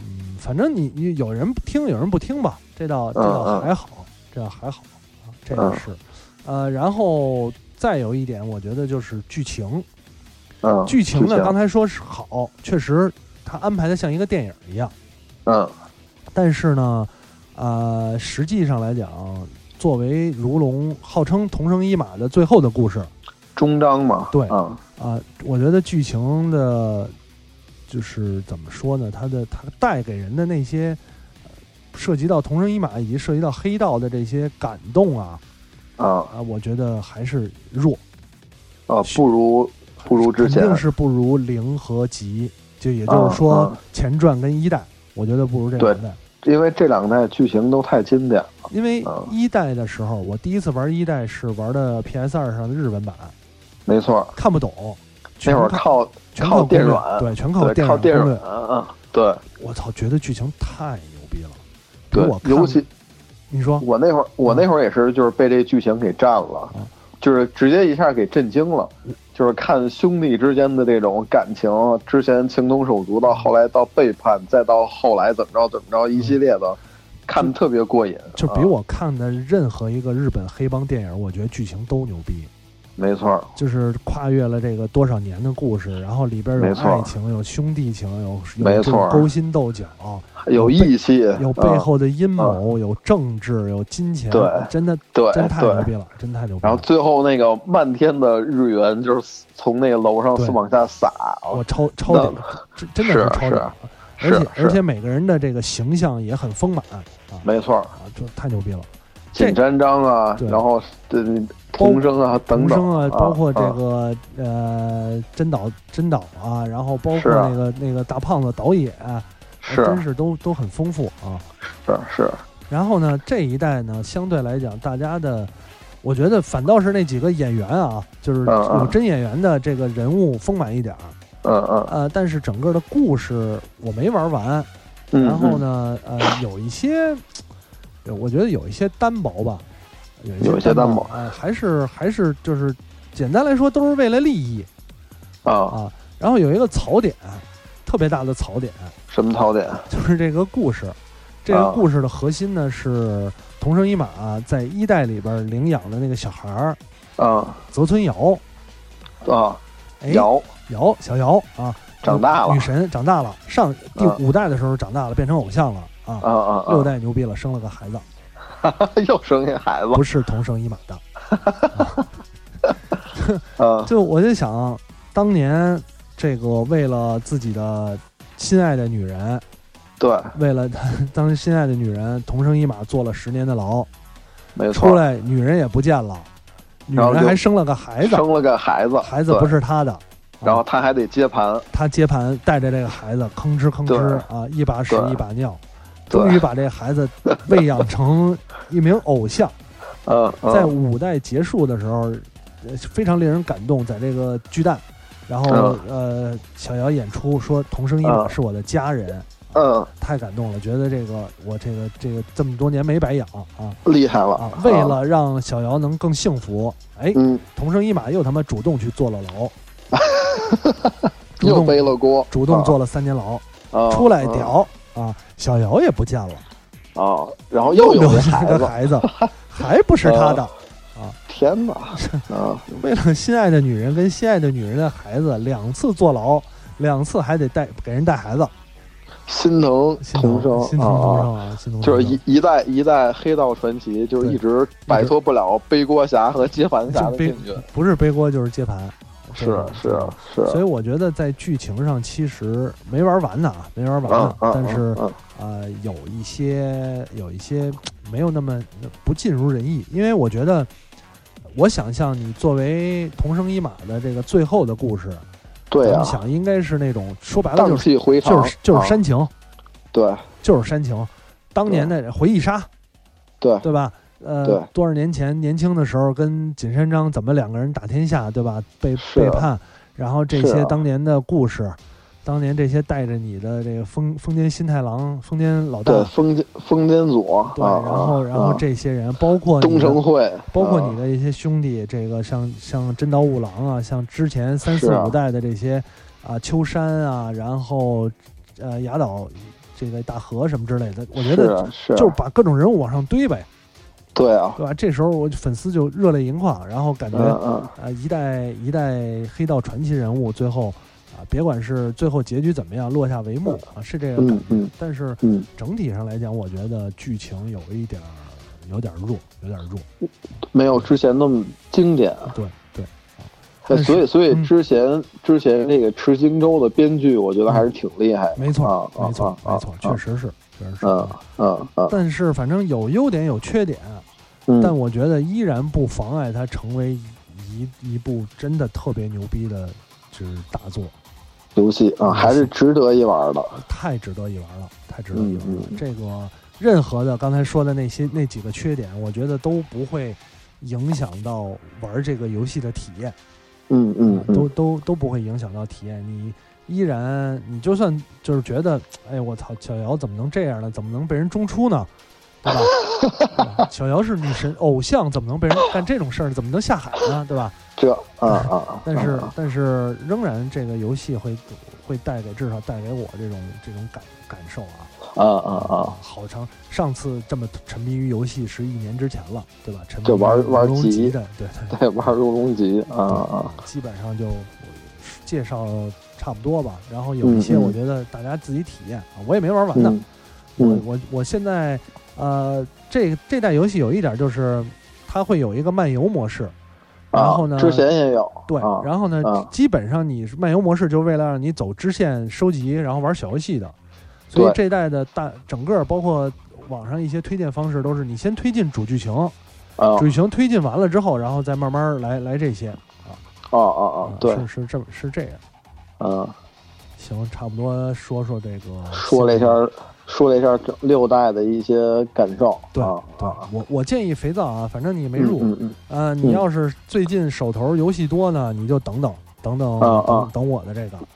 S3: 嗯，反正你你有人听，有人不听吧，这倒这倒
S2: 嗯嗯
S3: 还好，这倒还好啊，这个
S2: 嗯
S3: 是，呃，然后再有一点，我觉得就是剧情，
S2: 嗯，
S3: 剧情呢，刚
S2: 才
S3: 才说是好，确实他安排的像一个电影一样，
S2: 嗯
S3: 但是呢，呃，实际上来讲，作为如龙号称同生一马的最后的故事，
S2: 中章嘛，
S3: 对
S2: 嗯
S3: 啊，我觉得剧情的，就是怎么说呢？它的它带给人的那些、呃涉及到同生一马以及涉及到黑道的这些感动啊
S2: 啊
S3: 啊，我觉得还是弱，
S2: 啊，不如不如之前
S3: 肯定是不如零和集，就也就是说
S2: 嗯嗯
S3: 前传跟一代，我觉得不如这
S2: 对啊
S3: 两代，
S2: 因为这两代剧情都太经典了
S3: 因为
S2: 嗯
S3: 一代的时候，我第一次玩一代是玩的 PS 二上的日文版，
S2: 没错。
S3: 看不懂，全
S2: 那会儿
S3: 靠
S2: 靠
S3: 全靠
S2: 靠电
S3: 攻略
S2: 软
S3: 对，全靠
S2: 对
S3: 电
S2: 靠电
S3: 攻略
S2: 软，嗯对
S3: 我操，觉得剧情太牛逼了。比我
S2: 对，
S3: 看
S2: 尤其
S3: 你说
S2: 我那会儿我那会儿也是就是被这剧情给占了
S3: 嗯，
S2: 就是直接一下给震惊了，就是看兄弟之间的这种感情，之前情同手足，到后来到背叛，再到后来怎么着怎么着一系列
S3: 嗯
S2: 的，看得特别过瘾，
S3: 就比
S2: 啊
S3: 我看的任何一个日本黑帮电影，我觉得剧情都牛逼，
S2: 没错，
S3: 就是跨越了这个多少年的故事，然后里边有
S2: 没错
S3: 爱情，有兄弟情，有有
S2: 没
S3: 这种
S2: 错嗯
S3: 勾心斗角，
S2: 有义气，
S3: 有背
S2: 啊
S3: 后的阴谋，有政治，有金钱，
S2: 对
S3: 真的
S2: 对
S3: 真太牛
S2: 对。
S3: 逼了，真太牛逼
S2: 然后
S3: 了。
S2: 最后那个漫天的日元就是从那个楼上
S3: 对
S2: 往下撒，
S3: 我超超
S2: 那
S3: 顶，真真的
S2: 是啊
S3: 超顶，
S2: 是
S3: 而且
S2: 是啊
S3: 而且每个人的这个形象也很丰满啊
S2: 没错，
S3: 啊，就太牛逼了。
S2: 锦沾章啊，
S3: 对
S2: 然后这童生啊等等
S3: 童声啊，包括这
S2: 啊
S3: 个、呃真岛真岛啊，然后包
S2: 是
S3: 括
S2: 啊
S3: 那个、那个大胖子导演，啊
S2: 是啊
S3: 真是都都很丰富啊。
S2: 是是，
S3: 然后呢，这一代呢，相对来讲，大家的，我觉得反倒是那几个演员啊，就是
S2: 嗯嗯
S3: 有真演员的这个人物丰满一点儿，
S2: 嗯嗯
S3: 呃，但是整个的故事我没玩完，
S2: 嗯，
S3: 然后呢，呃，有一些，呃我觉得有一些单薄吧，有一些
S2: 有一些
S3: 单
S2: 单
S3: 薄
S2: 薄，
S3: 哎、还是还是就是简单来说都是为了利益
S2: 嗯啊，
S3: 啊。然后有一个槽点，特别大的槽点，
S2: 什么槽点？
S3: 就是这个故事，这个
S2: 啊
S3: 故事的核心呢是同生一马、在一代里边领养的那个小孩儿
S2: 啊
S3: 泽村遥，
S2: 啊，
S3: 哎，
S2: 摇
S3: 遥小遥啊，
S2: 长大了嗯
S3: 女神长大了，上第五代的时候长大了，变成偶像了啊，
S2: 啊啊
S3: 六代牛逼了，生了个孩子，
S2: 啊！又生一孩子
S3: 不是同生一马的。
S2: 啊
S3: 就我就想，当年这个为了自己的心爱的女人，
S2: 对，
S3: 为了 当心爱的女人同生一马坐了十年的牢，
S2: 没
S3: 出
S2: 错，
S3: 来女人也不见了，女
S2: 然后
S3: 人
S2: 就
S3: 还生了个孩子，
S2: 生了个孩子，
S3: 孩子
S2: 对
S3: 不是他的，啊
S2: 然后他还得接盘，
S3: 他接盘带着这个孩子吭哧吭哧
S2: 对
S3: 啊，一把屎
S2: 对
S3: 一把尿，
S2: 对
S3: 终于把这孩子喂养成一名偶像。
S2: 嗯
S3: 在
S2: 嗯，
S3: 五代结束的时候，呃非常令人感动，在这个巨蛋，然后呃，小姚演出说“同生一马
S2: 嗯
S3: 是我的家人”，
S2: 嗯，
S3: 太感动了，觉得这个我这个这个这么多年没白养啊
S2: 厉害了
S3: 啊！为了让小姚能更幸福，哎，
S2: 嗯，
S3: 同生一马又他妈主动去坐了牢，主
S2: 又
S3: 动
S2: 背了锅，
S3: 主动坐了三年牢，
S2: 啊
S3: 出来
S2: 啊
S3: 屌啊！小姚也不见了，
S2: 啊，然后又有
S3: 留
S2: 个
S3: 下
S2: 孩
S3: 个
S2: 子，
S3: 孩子，还不是 他的。
S2: 天哪！啊，
S3: 为了心爱的女人跟心爱的女人的孩子两次坐牢，两次还得带给人带孩子，
S2: 心疼
S3: 心疼
S2: 同生
S3: 心疼同
S2: 啊啊，
S3: 生啊，心疼同生
S2: 就是一一代一代黑道传奇，就
S3: 对
S2: 一直摆脱不了背锅侠和接盘侠
S3: 就
S2: 的
S3: 背
S2: 命运。
S3: 不是背锅就是接盘，
S2: 是
S3: 对吧
S2: 是是，
S3: 所以我觉得在剧情上其实没玩完呢，没玩完
S2: 嗯
S3: 呢，
S2: 嗯，
S3: 但是
S2: 嗯
S3: 呃有一些有一些没有那么不尽如人意，因为我觉得我想象你作为同生一马的这个最后的故事，
S2: 对
S3: 咱
S2: 啊
S3: 们，想应该是那种说白了
S2: 荡
S3: 就是
S2: 气回肠
S3: 就是就是
S2: 啊
S3: 煽情，
S2: 对
S3: 就是煽情。当年的回忆杀，
S2: 对
S3: 对吧？呃
S2: 对，
S3: 多少年前年轻的时候跟锦山张怎么两个人打天下，对吧？被
S2: 是
S3: 背
S2: 啊
S3: 叛，然后这
S2: 是
S3: 些
S2: 啊
S3: 当年的故事，当年这些带着你的这个封封间新太郎、封间老大
S2: 对，，封建封建组啊，
S3: 对，然后
S2: 啊
S3: 然后
S2: 啊
S3: 这些人，包括你
S2: 东
S3: 的
S2: 城会，
S3: 包括你
S2: 啊
S3: 的一些兄弟，这个像像真岛五郎啊，像之前三
S2: 是
S3: 四
S2: 啊
S3: 五代的这些啊，秋山啊，然后呃雅岛这个大和什么之类的，我觉得
S2: 是啊
S3: 就是把各种人物往上堆呗，
S2: 对啊，
S3: 对吧？这时候我粉丝就热泪盈眶，然后感觉
S2: 嗯嗯，
S3: 啊，一代一代黑道传奇人物最后啊，别管是最后结局怎么样，落下帷幕啊，是这个感
S2: 嗯
S3: 觉
S2: 嗯。
S3: 但是
S2: 嗯，
S3: 整体上来讲，我觉得剧情有一点儿有点儿弱，有点儿弱。
S2: 没有之前那么经典，
S3: 对对，
S2: 呃
S3: 但是
S2: 所以所以
S3: 嗯
S2: 之前之前这个《池荆州》的编剧，我觉得还是挺厉害的，
S3: 嗯没错，
S2: 啊啊
S3: 没错，
S2: 啊
S3: 没错，
S2: 啊
S3: 确实是，确实是。
S2: 嗯嗯嗯
S3: 但是反正有优点有缺点，
S2: 嗯，
S3: 但我觉得依然不妨碍它成为一一部真的特别牛逼的，就是大作，
S2: 游戏啊，还是值得一玩的。
S3: 太值得一玩了，太值得一玩了。
S2: 嗯嗯
S3: 这个任何的刚才说的那些那几个缺点，我觉得都不会影响到玩这个游戏的体验，
S2: 嗯嗯
S3: 都
S2: 嗯，
S3: 都都不会影响到体验。你依然，你就算就是觉得，哎，我操，小姚怎么能这样呢？怎么能被人中出呢？对吧？对吧小姚是女神偶像，怎么能被人干这种事儿呢？怎么能下海呢？对吧？
S2: 这啊啊，
S3: 但是
S2: 啊
S3: 但是仍然这个游戏会会带给至少带给我这种这种感感受啊
S2: 啊啊啊，
S3: 好长上次这么沉迷于游戏是一年之前了，对吧？沉迷
S2: 就玩
S3: 于
S2: 玩
S3: 游
S2: 急
S3: 戏的，对对
S2: 对，玩《如龙集》啊啊，
S3: 基本上就介绍差不多吧。然后有一些
S2: 嗯嗯
S3: 我觉得大家自己体验啊，我也没玩完呢。
S2: 嗯
S3: 我
S2: 嗯
S3: 我我现在呃，这这代游戏有一点就是它会有一个漫游模式，然后呢
S2: 啊之前也有
S3: 对，
S2: 啊
S3: 然后呢，
S2: 啊
S3: 基本上你是漫游模式就是为了让你走支线收集，然后玩小游戏的。所以
S2: 对
S3: 这一代的大整个包括网上一些推荐方式都是你先推进主剧情，
S2: 啊
S3: 主剧情推进完了之后，然后再慢慢来来这些。
S2: 啊啊啊，对，
S3: 是是这么是这样。
S2: 嗯，
S3: 行，差不多说说这个。
S2: 说了一下，说了一下这六代的一些感受，
S3: 对
S2: 啊
S3: 对
S2: 啊，，
S3: 我我建议肥皂啊，反正你没
S2: 嗯
S3: 入，
S2: 嗯嗯，
S3: 呃，你要是最近手头游戏多呢，你就等等等等
S2: 啊啊
S3: 等等我的这个
S2: 嗯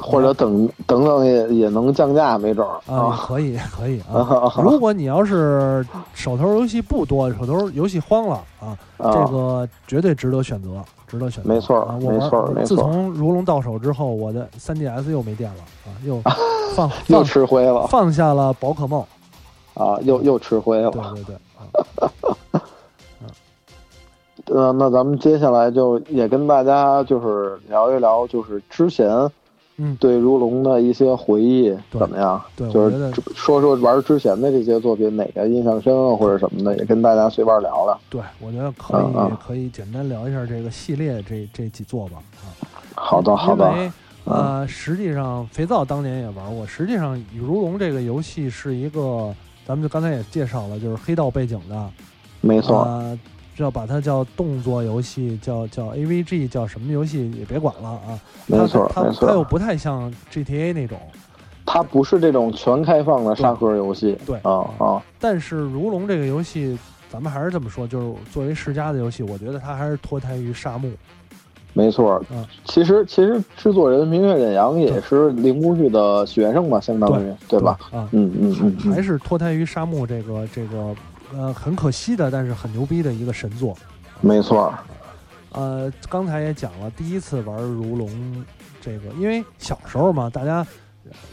S2: 或者等等等也也能降价，没准儿
S3: 啊，也可以可以啊。
S2: 啊
S3: 如果你要是手头游戏不多，手头游戏荒了啊，这
S2: 啊
S3: 个绝对值得选择，值得选择。
S2: 没错
S3: 啊、我
S2: 没
S3: 玩
S2: 错没
S3: 自
S2: 错
S3: 从如龙到手之后，我的 3DS 又没电了啊， 又放
S2: 啊又
S3: 放
S2: 吃灰了
S3: 放下了宝可梦。
S2: 啊，又又吃灰了。
S3: 对对对，啊、
S2: 呃，那咱们接下来就也跟大家就是聊一聊，就是之前
S3: 嗯
S2: 对如龙的一些回忆
S3: 对
S2: 怎么样？
S3: 对
S2: 就
S3: 我觉得
S2: 是说说玩之前的这些作品，哪个印象深啊，或者什么的，也跟大家随便聊聊。
S3: 对，我觉得可以、
S2: 嗯嗯
S3: 可以简单聊一下这个系列这这几座吧啊。
S2: 好的，好啊
S3: 因
S2: 的，
S3: 为呃，实际上肥皂当年也玩过。实际上，《如龙》这个游戏是一个，咱们就刚才也介绍了，就是黑道背景的，
S2: 没错，
S3: 呃，要把它叫动作游戏，叫叫 AVG，叫什么游戏也别管了啊。
S2: 没错，
S3: 它
S2: 没
S3: 它它又
S2: 错。
S3: 不太像 GTA 那种，
S2: 它不是这种全开放的沙盒游戏，
S3: 对
S2: 啊啊，
S3: 但是《如龙》这个游戏，咱们还是这么说，就是作为世家的游戏，我觉得它还是脱胎于沙漠。
S2: 没错
S3: 嗯。
S2: 其实其实制作人明月忍阳也是零工具的学生嘛，相当于对吧？？
S3: 啊，
S2: 嗯嗯嗯
S3: 还还
S2: 嗯，
S3: 是脱胎于沙漠这个这个呃很可惜的，但是很牛逼的一个神作。
S2: 没错，
S3: 呃，刚才也讲了，第一次玩如龙这个，因为小时候嘛，大家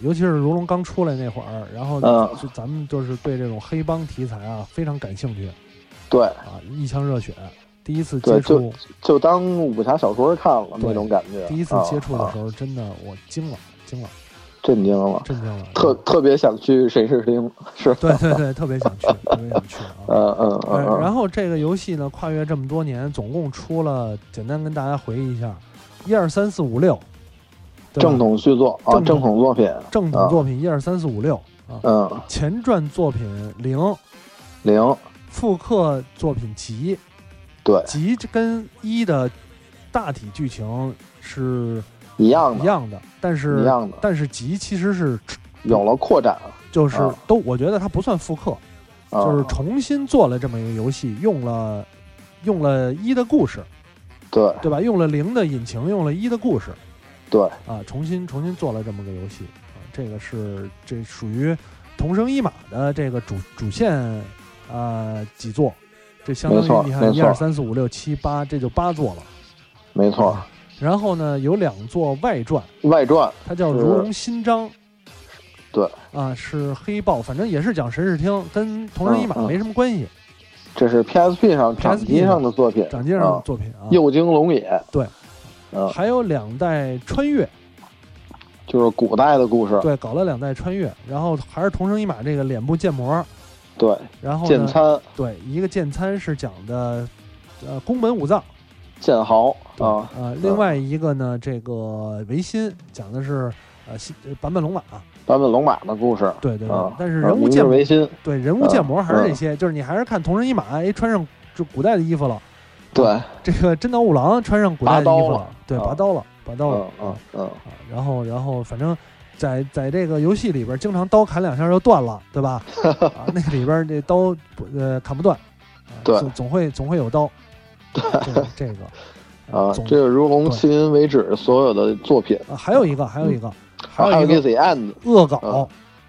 S3: 尤其是如龙刚出来那会儿，然后
S2: 嗯
S3: 就咱们就是对这种黑帮题材啊非常感兴趣
S2: 对，
S3: 啊，一腔热血。第一次接
S2: 对
S3: 触，
S2: 就当武侠小说看了
S3: 对
S2: 那种感觉。
S3: 第一次接触
S2: 啊
S3: 的
S2: 啊
S3: 时候，真的我惊了，惊了，
S2: 震惊了，
S3: 震惊了。
S2: 特特别想去谁是听，是，
S3: 对对对，特别想去，特别想去啊。
S2: 嗯嗯
S3: 呃
S2: 嗯，嗯，
S3: 然后这个游戏呢，跨越这么多年，总共出了，简单跟大家回忆一下，一二三四五六，对吧
S2: 正统嗯续作啊，
S3: 正统
S2: 正统作品，
S3: 正统作品一二三四五六啊，
S2: 嗯，
S3: 前传作品零，
S2: 零，
S3: 复刻作品集，
S2: 对，
S3: 集跟一的大体剧情是
S2: 一样
S3: 一
S2: 的，
S3: 样的，但
S2: 一
S3: 是
S2: 样的，
S3: 但是集其实是
S2: 有了扩展，
S3: 就是
S2: 啊
S3: 都，我觉得它不算复刻，
S2: 啊
S3: 就是重新做了这么一个游戏，用了用了一的故事，
S2: 对
S3: 对吧？用了零的引擎，用了一的故事，
S2: 对，
S3: 啊，重新重新做了这么个游戏啊，这个是这属于同生一马的这个主主线呃几座，这相当
S2: 没错
S3: 于你看
S2: 没
S3: 一
S2: 错
S3: 二三四五六七八，这就八座了。
S2: 没错，
S3: 然后呢，有两座外传，
S2: 外传，
S3: 它叫《
S2: 是
S3: 如龙新章》。
S2: 对，
S3: 啊，是黑豹，反正也是讲神视听，跟同生一马
S2: 嗯嗯
S3: 没什么关系。
S2: 这是 PSP 上
S3: PSP
S2: 掌机上的作品，
S3: 掌机上的
S2: 啊，
S3: 作品啊，
S2: 右京龙也，
S3: 对，
S2: 嗯，
S3: 还有两代穿越，
S2: 就是古代的故事，
S3: 对，搞了两代穿越，然后还是同生一马这个脸部建模，
S2: 对，
S3: 然后
S2: 剑
S3: 呢，
S2: 参、
S3: 对，一个剑参是讲的，呃，宫本武藏
S2: 剑豪啊，
S3: 呃，另外一个呢，这个维新讲的是呃西呃坂本龙马，
S2: 版本龙马的故事。
S3: 对对对
S2: 啊，，
S3: 但是
S2: 啊
S3: 人物
S2: 明
S3: 建
S2: 治
S3: 嗯模
S2: 维新，
S3: 对人物建模还是
S2: 嗯
S3: 这些，就是你还是看同人一马，哎，穿上就古代的衣服了，
S2: 对，
S3: 这个真岛五郎穿上古代的衣服
S2: 拔刀
S3: 了
S2: 了，
S3: 对，
S2: 啊
S3: 拔刀了，拔刀了
S2: 嗯，嗯嗯，
S3: 啊，然后然后反正。在在这个游戏里边，经常刀砍两下就断了，对吧？啊，那里边这刀不呃砍不断，啊
S2: 对
S3: 总总会总会有刀。这个这个
S2: 啊，
S3: 总
S2: 这是如龙
S3: 对
S2: 迄今为止所有的作品，
S3: 啊，还有一个，还有一个，还
S2: 嗯还
S3: 有
S2: 有
S3: 一个
S2: Get the End，
S3: 恶搞
S2: 嗯，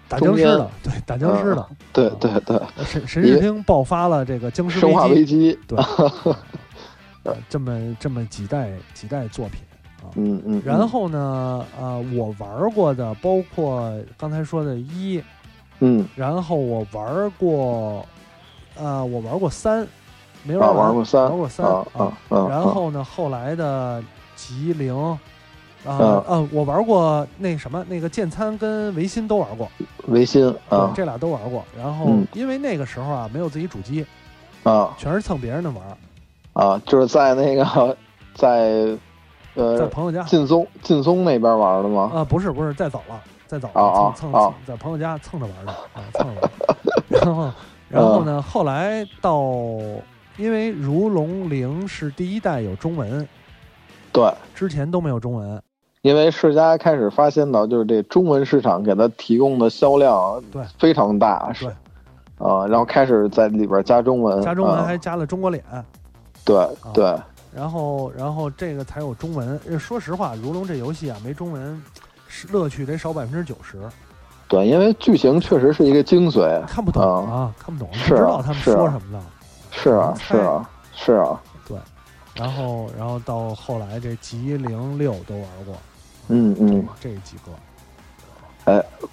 S3: 打僵尸的，对，打僵尸的，
S2: 对对对，
S3: 神神视厅爆发了这个僵尸
S2: 嗯生化危
S3: 危机，
S2: 机，
S3: 对，呃这么这么几代几代作 品啊。
S2: 嗯嗯，
S3: 然后呢，呃，我玩过的包括刚才说的一，
S2: 嗯
S3: 然后我玩过，呃，我玩过三，没
S2: 啊
S3: 玩
S2: 玩过三，
S3: 玩过三
S2: 啊
S3: 啊
S2: 啊啊，
S3: 然后呢，后来的吉灵，啊
S2: 嗯
S3: 啊，我玩过那什么，那个剑参跟维新都玩过，
S2: 维新啊
S3: 对，这俩都玩过。然后
S2: 嗯
S3: 因为那个时候啊，没有自己主机，
S2: 啊
S3: 全是蹭别人的玩，
S2: 啊，就是在那个在
S3: 在
S2: 呃
S3: 朋友家
S2: 劲松劲松那边玩的吗？
S3: 啊，不是不是，再早了，再早
S2: 啊
S3: 了，蹭
S2: 啊
S3: 蹭蹭，在朋友家蹭着玩的 啊，蹭着玩。然后然后
S2: 嗯
S3: 呢，后来到因为如龙零是第一代有中文，
S2: 对，
S3: 之前都没有中文，
S2: 因为世嘉开始发现到，就是这中文市场给它提供的销量
S3: 对
S2: 非常大，是
S3: 对
S2: 啊，然后开始在里边加中文，
S3: 加中文
S2: 啊
S3: 还啊加了中国脸。
S2: 对对
S3: 然后然后这个才有中文。呃说实话，如龙这游戏啊，没中文是乐趣得少百分之九十，
S2: 对，因为剧情确实是一个精髓，
S3: 看不懂
S2: 啊
S3: 啊，看不懂，
S2: 是啊
S3: 不知道他们
S2: 是啊
S3: 说什么的。
S2: 是啊是啊是啊，
S3: 然后然后到后来这吉零六都玩过，
S2: 嗯嗯。
S3: 这几个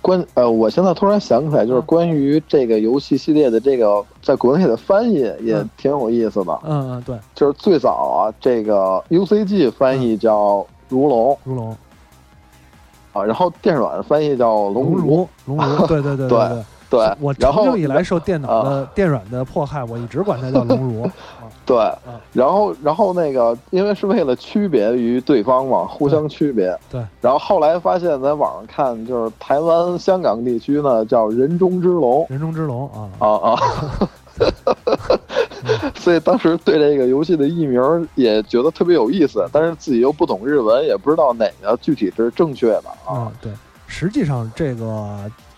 S2: 关呃，我现在突然想起来，就是
S3: 嗯
S2: 关于这个游戏系列的这个在国内的翻译也
S3: 嗯
S2: 挺有意思的。
S3: 嗯嗯对，
S2: 就是最
S3: 嗯
S2: 早啊，这个 UCG 翻译叫《如龙》，
S3: 如龙
S2: 啊，然后电软翻译叫
S3: 熔
S2: 龙
S3: 炉，熔炉，对对对对。
S2: 对，呃
S3: 我
S2: 然
S3: 长
S2: 后
S3: 久以来受电脑的电软的迫害，我一直管它叫熔 炉。
S2: 对，然后然后那个，因为是为了区别于对方嘛，互相区别。
S3: 嗯对
S2: 然后后来发现，在网上看，就是台湾、香港地区呢，叫人中之龙
S3: 人中之龙啊，
S2: 啊啊。
S3: 嗯
S2: 所以当时对这个游戏的译名儿也觉得特别有意思，但是自己又不懂日文，也不知道哪个具体是正确的啊。
S3: 嗯，对，实际上这个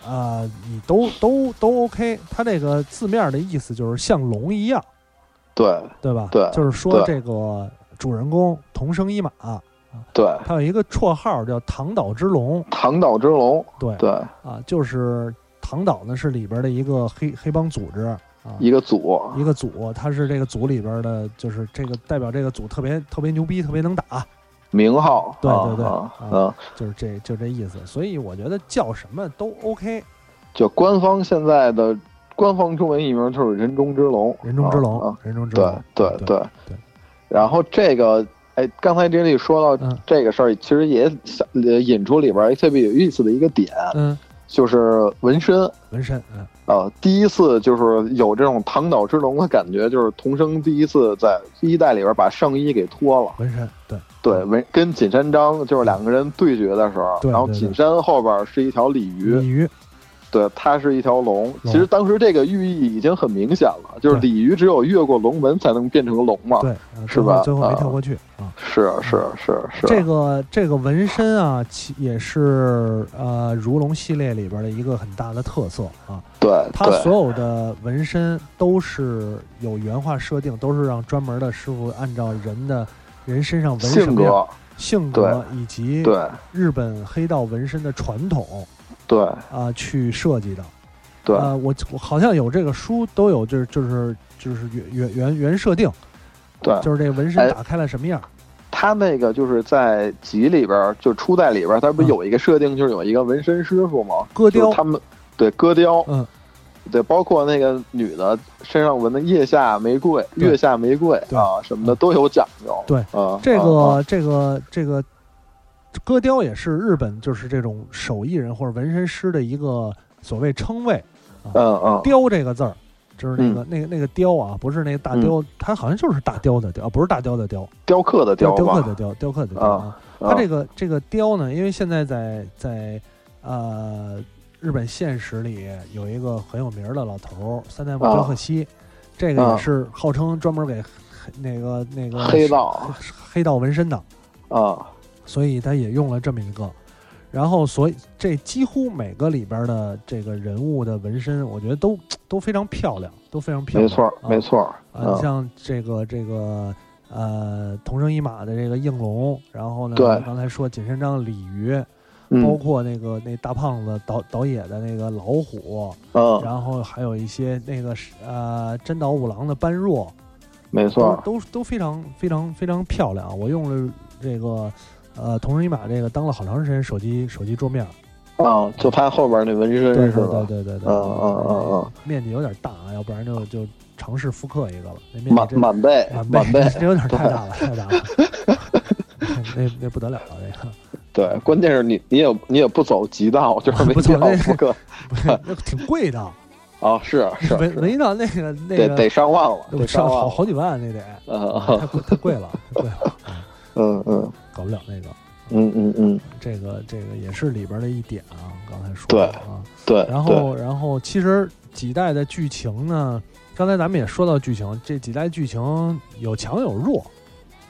S3: 呃，你都都都 OK，它这个字面的意思就是像龙一样，
S2: 对
S3: 对吧？
S2: 对
S3: 就是说
S2: 对
S3: 这个主人公同生一马，
S2: 对，
S3: 他有一个绰号叫唐岛之龙，
S2: 唐岛之龙，
S3: 对
S2: 对
S3: 啊，就是唐岛呢是里边的一个黑黑帮组织啊，
S2: 一个组，
S3: 一个组，他是这个组里边的，就是这个代表这个组特别特别牛逼，特别能打，
S2: 名号，
S3: 对
S2: 啊
S3: 对对
S2: 啊
S3: 啊
S2: 嗯，
S3: 就是这就这意思。所以我觉得叫什么都 OK，
S2: 就官方现在的官方中文译名就是人中之龙，
S3: 人中之龙，
S2: 啊，啊
S3: 人中之
S2: 对
S3: 龙，
S2: 对
S3: 对
S2: 对
S3: 对
S2: 然后这个，哎，刚才这里说到
S3: 嗯
S2: 这个事儿，其实也想呃引出里边儿特别有意思的一个点，
S3: 嗯，
S2: 就是纹身。
S3: 纹身，嗯
S2: 啊，第一次就是有这种唐岛之龙的感觉，就是童生第一次在一代里边把上衣给脱了，
S3: 纹身，对
S2: 对，纹跟锦山张就是两个人对决的时候，
S3: 嗯对
S2: 然后
S3: 对对
S2: 锦山后边是一条鲤鱼，
S3: 鲤鱼，
S2: 对，它是一条龙。其实当时这个寓意已经很明显了，就是
S3: 对
S2: 鲤鱼只有越过龙门才能变成龙嘛。
S3: 对，啊
S2: 是
S3: 最
S2: 吧
S3: 后最后没
S2: 啊
S3: 跳过去啊。
S2: 是是是啊是，
S3: 这个这个纹身啊，其也是呃如龙系列里边的一个很大的特色啊。
S2: 对
S3: 它
S2: 对
S3: 所有的纹身都是有原画设定，都是让专门的师傅按照人的人身上纹什
S2: 性
S3: 么样
S2: 格，
S3: 性格以及
S2: 对
S3: 日本黑道纹身的传统
S2: 对
S3: 啊、去设计的。
S2: 对
S3: 呃，我我好像有这个书都有，就是就是就是原原原原设定，
S2: 对，
S3: 就是这个纹身
S2: 哎
S3: 打开了什么样儿。
S2: 他那个就是在集里边，就初代里边，他不
S3: 嗯
S2: 有一个设定，就是有一个纹身师傅嘛，
S3: 割
S2: 就是
S3: 雕
S2: 他们对割雕，
S3: 嗯，
S2: 对，包括那个女的身上纹的腋下玫瑰、
S3: 对
S2: 月下玫瑰
S3: 对嗯
S2: 啊什么的都有讲究，
S3: 对
S2: 啊，
S3: 这
S2: 啊啊
S3: 个这个这个割雕也是日本就是这种手艺人或者纹身师的一个所谓称谓。
S2: 嗯嗯，
S3: 雕这个字儿，就是那个、那个那个雕啊，不是那个大
S2: 嗯
S3: 雕，它好像就是大雕的雕，啊不是大雕的雕，
S2: 雕刻的
S3: 雕
S2: 雕
S3: 雕刻
S2: 吧，
S3: 的雕，雕刻的雕。
S2: 啊
S3: 它这
S2: 个
S3: 个这个雕呢，因为现在在在呃日本现实里有一个很有名儿的老头儿三代目
S2: 啊
S3: 昭和熙，这个也
S2: 啊
S3: 是号称专门给黑那个那个
S2: 黑道
S3: 黑道纹身的，
S2: 啊，
S3: 所以他也用了这么一个。然后，所以这几乎每个里边的这个人物的纹身，我觉得都都非常漂亮，都非常漂
S2: 没
S3: 亮。
S2: 错
S3: 啊
S2: 没。错，
S3: 啊，你
S2: 嗯
S3: 像这个这个呃，同生一马的这个应龙，然后呢，
S2: 对
S3: 刚才说锦山张鲤鱼，包
S2: 嗯
S3: 括那个那大胖子导导演的那个老虎，
S2: 嗯，
S3: 然后还有一些那个是呃真岛五郎的般若，
S2: 没
S3: 都
S2: 错，
S3: 都都非常非常非常漂亮啊。我用了这个呃同人一马这个当了好长时间手机手机桌面儿，
S2: 啊，就拍后边那纹身
S3: 对
S2: 是
S3: 对
S2: 吧
S3: 对？对对对，
S2: 嗯嗯嗯嗯，
S3: 面积有点大啊，要不然就就尝试复刻一个吧。那面积
S2: 满
S3: 真
S2: 满背
S3: 满
S2: 满 背，
S3: 这有点太大了，太大了，那那不得了 了，这个
S2: 对，关键是你你也你也不走极道，就是没
S3: 啊不
S2: 必
S3: 走
S2: 要
S3: 那
S2: 复刻
S3: 不是 那挺贵的，
S2: 啊，是是
S3: 文
S2: 是，
S3: 文一道那个那
S2: 得
S3: 个
S2: 得上万了，得
S3: 我上
S2: 万
S3: 好
S2: 了，
S3: 好几 万那得，
S2: 嗯
S3: 太贵太贵了，太贵了，
S2: 嗯嗯
S3: 搞不了那个。
S2: 嗯嗯嗯，
S3: 这个这个也是里边的一点啊，刚才说
S2: 对
S3: 的啊。
S2: 对，
S3: 然后然后其实几代的剧情呢，刚才咱们也说到剧情，这几代剧情有强有弱，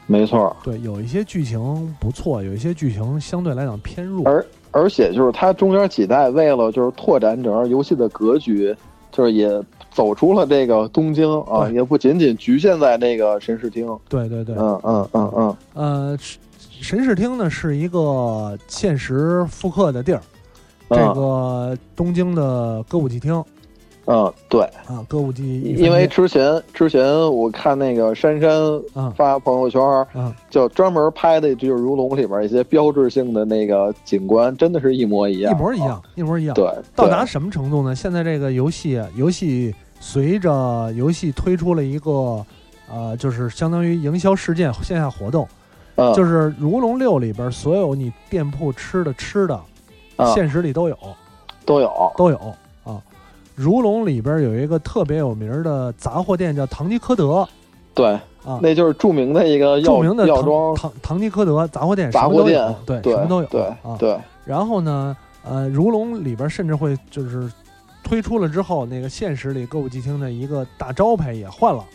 S2: 对没错，
S3: 对，有一些剧情不错，有一些剧情相对来讲偏弱，
S2: 而而且就是它中间几代为了就是拓展整个游戏的格局，就是也走出了这个东京啊，
S3: 对
S2: 也不仅仅局限在那个神视厅，
S3: 对对对，
S2: 嗯嗯嗯嗯，
S3: 呃，神神视厅呢是一个现实复刻的地儿，这
S2: 嗯
S3: 个东京的歌舞伎厅
S2: 嗯对，
S3: 啊，歌舞伎一分
S2: 因为
S3: 店
S2: 之前之前我看那个珊珊
S3: 啊
S2: 发朋友圈，
S3: 啊，
S2: 就专门拍的，就是《如龙》里边一些标志性的那个景观，真的是一模一
S3: 一
S2: 样，
S3: 模一
S2: 啊。
S3: 样，一模一样。
S2: 对，
S3: 到
S2: 对
S3: 达什么程度呢？现在这个游戏啊，游戏随着游戏推出了一个，呃，就是相当于营销事件线下活动，
S2: 嗯，
S3: 就是是《如龙六》里边所有你店铺吃的吃的
S2: 啊
S3: 现实里都有
S2: 都有
S3: 都有啊。如龙里边有一个特别有名的杂货店叫唐吉诃德
S2: 对，
S3: 啊，
S2: 那就是著名的一个
S3: 著
S2: 药
S3: 名的
S2: 药
S3: 唐
S2: 庄
S3: 唐唐吉诃德杂货店，
S2: 杂
S3: 什么
S2: 货
S3: 都
S2: 店
S3: 有，对，
S2: 对
S3: 什么都有，
S2: 对
S3: 啊。
S2: 对
S3: 然后呢，呃，如龙里边甚至会就是推出了之后，那个现实里歌舞伎町的一个大招牌也换了，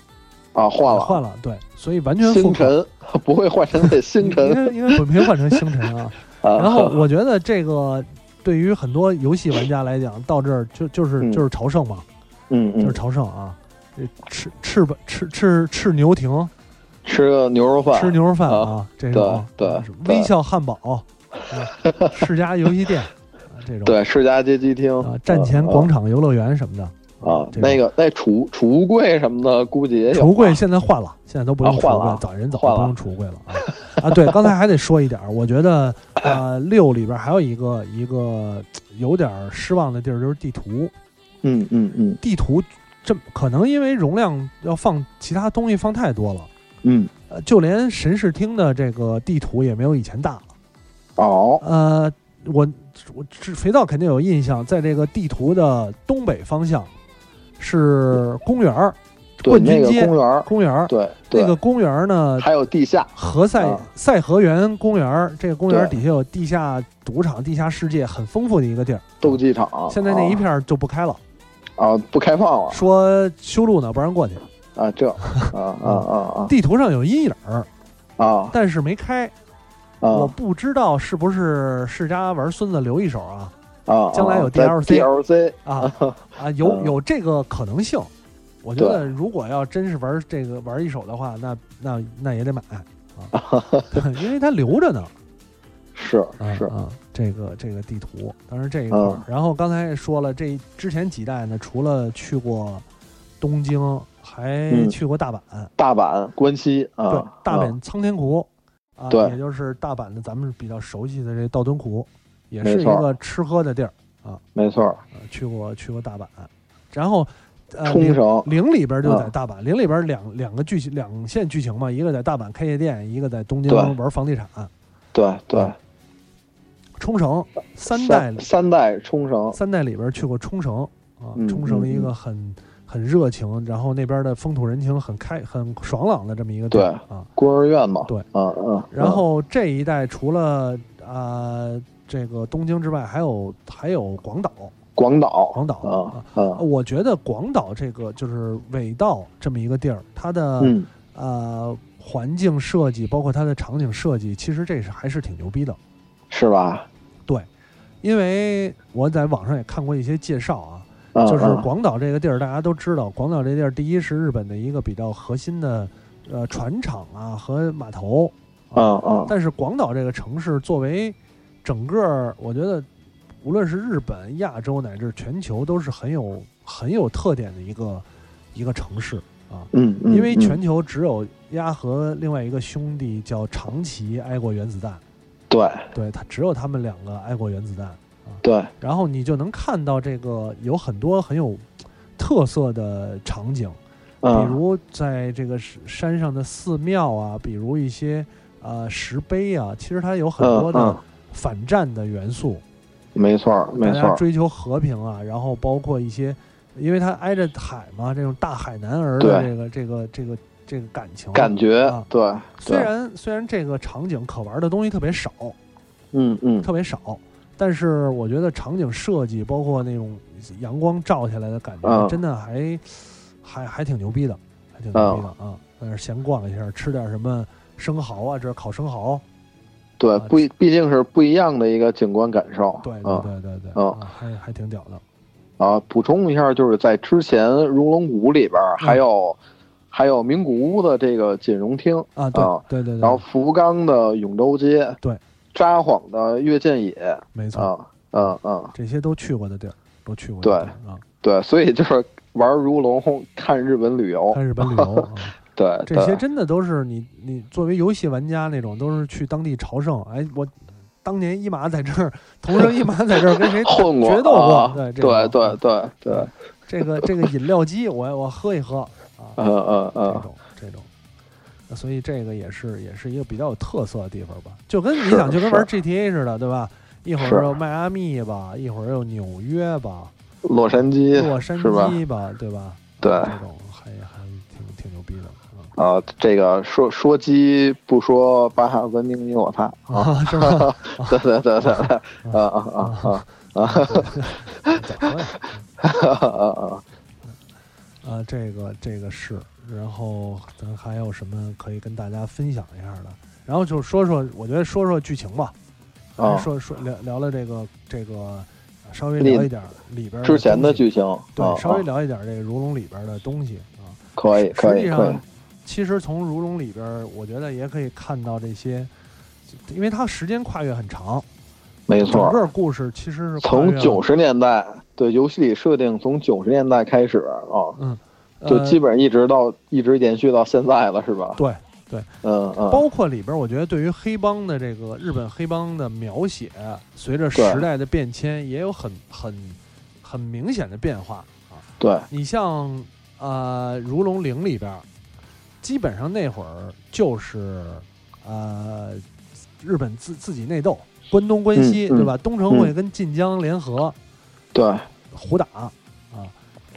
S2: 啊，换
S3: 换
S2: 了
S3: 换了，对，所以完全复
S2: 星
S3: 刻。
S2: 辰 不会换成那星
S3: 应
S2: 辰
S3: 该应该本片换成星 辰啊。
S2: 啊。
S3: 然后我觉得这个对于很多游戏玩家来讲，到这儿就就是
S2: 嗯
S3: 就是朝圣嘛，
S2: 嗯
S3: 就是
S2: 嗯，
S3: 朝圣啊。这赤赤吧赤赤赤牛亭，
S2: 吃个牛肉饭，
S3: 吃牛肉饭啊，这种
S2: 对
S3: 啊
S2: 对
S3: 微笑汉堡，啊世家游戏店啊这种
S2: 对世家街机厅嗯
S3: 啊，站前广场游乐园什么的，
S2: 啊，
S3: 这种
S2: 那个那储储物柜什么的，估计也有吧
S3: 橱柜现在换了，现在都不用
S2: 啊
S3: 橱
S2: 换了
S3: 柜
S2: 啊，
S3: 早人早
S2: 换
S3: 不
S2: 了
S3: 用橱柜了啊啊！对，刚才还得说一点儿，我觉 得呃六里边还有一个一个有点儿失望的地儿，就是地图。
S2: 嗯嗯嗯
S3: 地图这可能因为容量要放其他东西放太多了，
S2: 嗯，
S3: 呃，就连神视厅的这个地图也没有以前大了。
S2: 哦，
S3: 呃，我我这肥皂肯定有印象，在这个地图的东北方向是公园儿、
S2: 对
S3: 冠
S2: 那
S3: 军
S2: 个
S3: 街、
S2: 公园儿，
S3: 公园儿。
S2: 对对
S3: 那个公园儿呢，
S2: 还有地下，
S3: 何塞、
S2: 啊
S3: 塞河园公园儿，这个公园儿
S2: 对
S3: 底下有地下赌场、地下世界，很丰富的一个地儿。
S2: 斗技场，
S3: 现在那一片儿就不开了，
S2: 啊啊不开放了
S3: 说修路呢，不让过去。
S2: 啊，这啊啊啊
S3: 地图上有阴影儿，
S2: 啊
S3: 但是没开。
S2: 啊啊
S3: 我不知道是不是世家玩孙子留一手 啊
S2: 啊！
S3: 将来有 DLC
S2: DLC
S3: 啊啊，有
S2: 嗯
S3: 有这个可能性。我觉
S2: 对
S3: 得如果要真是玩这个玩一手的话，那那那也 得买啊， 因为它留着呢。
S2: 是
S3: 啊
S2: 是
S3: 啊，这个这个地图，当然这一块儿
S2: 嗯。
S3: 然后刚才也说了，这之前几代呢，除了去过东京，还
S2: 嗯
S3: 去过大阪，
S2: 大阪关西啊
S3: 对，，大
S2: 啊
S3: 阪苍天湖，啊，
S2: 对
S3: 也就是大阪的咱们比较熟悉的这道顿湖，也
S2: 没
S3: 是一
S2: 错
S3: 个吃喝的地儿。
S2: 没错儿，
S3: 呃去过去过大阪，然后呃，
S2: 冲
S3: 零
S2: 绳
S3: 零里边就在
S2: 嗯
S3: 大阪，零里边两两个剧情两线剧情嘛，一个在大阪开夜店，一个在东京
S2: 对
S3: 玩房地产。
S2: 对对，
S3: 冲绳嗯三代
S2: 三三代冲绳
S3: 三代里边去过冲绳啊，
S2: 嗯
S3: 冲绳
S2: 嗯
S3: 一个很很热情，然后那边的风土人情很开很爽朗的这么一个地
S2: 对
S3: 儿啊。
S2: 孤儿院嘛，
S3: 对
S2: 嗯嗯，
S3: 然后这一带除了啊、呃这个东京之外，还有还有广岛，
S2: 嗯广岛
S3: 广岛哦
S2: 啊啊
S3: 我觉得广岛这个就是尾道这么一个地儿，它的、
S2: 嗯
S3: 呃环境设计，包括它的场景设计，其实这是还是挺牛逼的。
S2: 是吧？
S3: 因为我在网上也看过一些介绍啊，
S2: 嗯
S3: 就是
S2: 嗯
S3: 广岛这个地儿，大家都知道，广岛这地儿，第一是日本的一个比较核心的呃船厂啊和码头，
S2: 嗯嗯
S3: 但是广岛这个城市作为整个儿，我觉得无论是日本、亚洲乃至全球，都是很有很有特点的一个一个城市啊。
S2: 嗯嗯，
S3: 因为
S2: 嗯
S3: 全球只有鸭和另外一个兄弟叫长崎挨过原子弹，
S2: 对
S3: 对，它只有他们两个挨过原子弹。
S2: 对
S3: 然后你就能看到这个有很多很有特色的场景，比
S2: 嗯
S3: 如在这个山山上的寺庙啊，比如一些呃石碑啊，其实它有很多
S2: 嗯
S3: 的
S2: 嗯
S3: 反战的元素，
S2: 没错儿没
S3: 大
S2: 错
S3: 家
S2: 儿，
S3: 追求和平啊，然后包括一些，因为它挨着海嘛，这种大海南儿的
S2: 对
S3: 这个这个这个这个感情，
S2: 感觉
S3: 啊
S2: 对
S3: 虽
S2: 对，
S3: 然虽然这个场景可玩的东西特别少，
S2: 嗯嗯
S3: 特别少，但是我觉得场景设计，包括那种阳光照下来的感觉，
S2: 嗯
S3: 真的还还还挺牛逼的，还挺牛逼的啊！在那儿闲逛一下，吃点什么生蚝啊，这烤生蚝，
S2: 对
S3: 啊，
S2: 不一毕竟是不一样的一个景观感受，
S3: 对对
S2: 嗯
S3: 对对对，
S2: 嗯
S3: 啊、还还挺屌的。
S2: 啊，补充一下，就是在之前如龙谷里边儿
S3: 嗯
S2: 还有、还有名古屋的这个锦荣町，
S3: 啊，对、
S2: 啊
S3: 对对
S2: 然后
S3: 对，
S2: 福冈的永州街，
S3: 对，
S2: 札幌的越见野，
S3: 没错，
S2: 啊，嗯嗯，
S3: 这些都去过的地儿，都去过的地儿啊，
S2: 对，所以就是玩如龙看日本旅游
S3: 看，日本 旅游啊，
S2: 对，
S3: 这些
S2: 对
S3: 真的都是你你作为游戏玩家那种，都是去当地朝圣。哎，我当年一马在这儿，同生一马在这儿跟 谁
S2: 混过，
S3: 决斗过
S2: 啊
S3: 对这
S2: 对
S3: 种
S2: 对对对，
S3: 这个这个饮料机我，我喝一喝啊，
S2: 嗯嗯
S3: 这
S2: 嗯，
S3: 种这种，所以这个也是也是一个比较有特色的地方吧，就跟你
S2: 是
S3: 想就跟玩
S2: 是
S3: GTA 似的，对吧？一会
S2: 是
S3: 儿又迈阿密吧，一会儿又纽约吧，
S2: 洛杉矶
S3: 洛杉
S2: 是吧？
S3: 矶吧，对吧？
S2: 对
S3: 这种还还挺挺牛逼的
S2: 啊，这个说说鸡不说巴哈文明你我他
S3: 啊，
S2: 啊，
S3: 啊 是吧？
S2: 对对对对对，啊
S3: 嗯
S2: 啊啊
S3: 咋说呀？
S2: 啊啊啊！
S3: 啊，这个这个是，然后咱还有什么可以跟大家分享一下的？然后就说说，我觉得说说剧情吧，
S2: 啊
S3: 还是说说聊聊聊这个这个，啊稍微聊一点儿里边儿
S2: 之前的
S3: 东西
S2: 剧情，啊
S3: 对，稍微
S2: 啊
S3: 聊一点儿这个如龙里边儿的东西啊。
S2: 可以可
S3: 实际
S2: 以可以
S3: 上，，其实从如龙里边儿，我觉得也可以看到这些，因为它时间跨越很长，
S2: 没
S3: 整
S2: 错。
S3: 个故事其实是跨越
S2: 从
S3: 了
S2: 九十年代对游戏里设定，从九十年代开始啊，就
S3: 呃
S2: 基本上一直到一直延续到现在了，是吧？
S3: 对对，
S2: 嗯嗯，
S3: 包括里边，我觉得对于黑帮的这个日本黑帮的描写，随着时代的变迁，也有很很很明显的变化啊。
S2: 对
S3: 你像呃《如龙零》里边，基本上那会儿就是呃日本自自己内斗，关东关西、
S2: 嗯嗯
S3: 对吧？东城会跟晋江联合
S2: 对
S3: 胡打啊，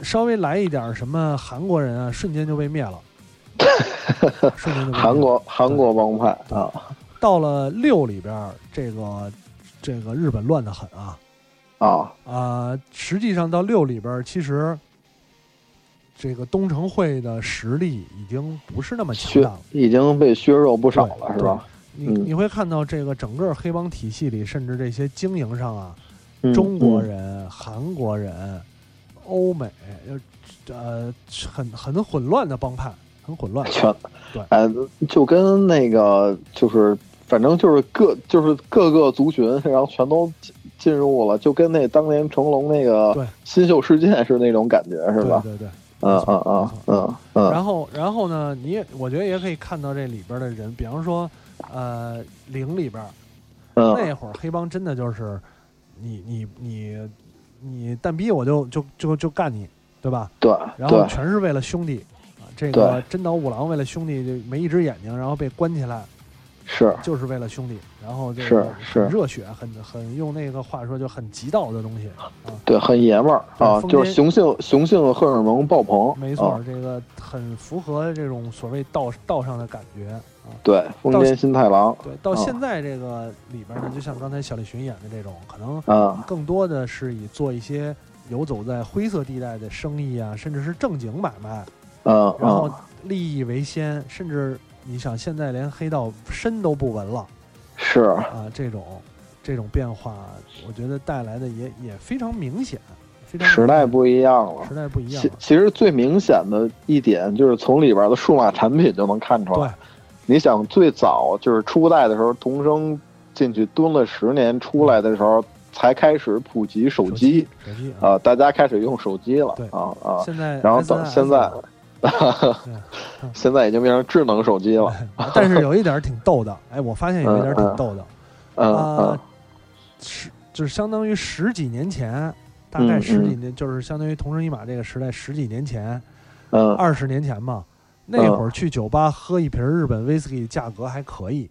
S3: 稍微来一点什么韩国人啊，瞬间就被 灭了。瞬间就被灭了
S2: 韩国韩国帮派啊
S3: 到了六里边儿，这个这个日本乱得很啊
S2: 啊，
S3: 啊、实际上到六里边儿，其实这个东城会的实力已经不是那么强
S2: 削
S3: 大了。
S2: 已经被削弱不少了，
S3: 对
S2: 是吧？
S3: 你
S2: 嗯
S3: 你会看到这个整个黑帮体系里，甚至这些经营上啊，
S2: 嗯
S3: 中国
S2: 嗯
S3: 人、韩国人、欧美，呃呃，很很混乱的帮派，很混乱。
S2: 嗯全
S3: 对，
S2: 哎，就跟那个就是，反正就是各就是各个族群，然后全都进进入了，就跟那当年成龙那
S3: 对
S2: 个新秀事件是那种感觉，是吧？
S3: 对对对。
S2: 嗯嗯嗯嗯嗯，
S3: 然后，然后呢，你也我觉得也可以看到这里边的人，比方说，呃，零里边儿
S2: 嗯
S3: 那会儿黑帮真的就是你你你你蛋逼我就就就就干你，对吧？
S2: 对
S3: 然后
S2: 对
S3: 全是为了兄弟啊，这
S2: 对
S3: 个真岛五郎为了兄弟就没一只眼睛，然后被关起来，
S2: 是，
S3: 就是为了兄弟，然后这个
S2: 是是
S3: 很热血，很很用那个话说就很极道的东西，
S2: 对，很爷们儿
S3: 对
S2: 啊，
S3: 封
S2: 就是
S3: 建
S2: 雄性雄性荷尔蒙爆棚，
S3: 没错，
S2: 啊，
S3: 这个很符合这种所谓道道上的感觉啊。
S2: 对，丰
S3: 到
S2: 间新太郎，
S3: 对，到
S2: 啊
S3: 现在这个里边呢，就像刚才小栗旬演的这种，可能
S2: 啊
S3: 更多的是以做一些游走在灰色地带的生意啊，甚至是正经买卖，
S2: 嗯
S3: 然后
S2: 嗯，
S3: 利益为先，甚至你想现在连黑道身都不闻了
S2: 是，
S3: 啊，这种这种变化，我觉得带来的也也非常明显，非常
S2: 时代
S3: 明
S2: 不一样了
S3: 显。时代不一样
S2: 其
S3: 了，
S2: 其实最明显的一点就是从里边的数码产品就能看出
S3: 对
S2: 来。你想最早就是初代的时候，童声进去蹲了十年，出来的时候才开始普及手
S3: 手
S2: 机
S3: 手机啊，
S2: 啊、大家开始用手机了
S3: 对
S2: 啊啊，
S3: 现在
S2: 然后
S3: SNS
S2: 等现在
S3: 了
S2: 现在已经变成智能手机 了，
S3: 但是有一点儿挺逗的，哎，我发现有一点儿挺逗的，
S2: 嗯
S3: 啊
S2: 嗯，
S3: 十就是相当于十几年前，大概
S2: 嗯
S3: 十几年，就是相当于同生一马这个时代十几年前，
S2: 嗯，
S3: 二十年前嘛。那会儿去酒吧喝一瓶日本威士忌，价格还可以。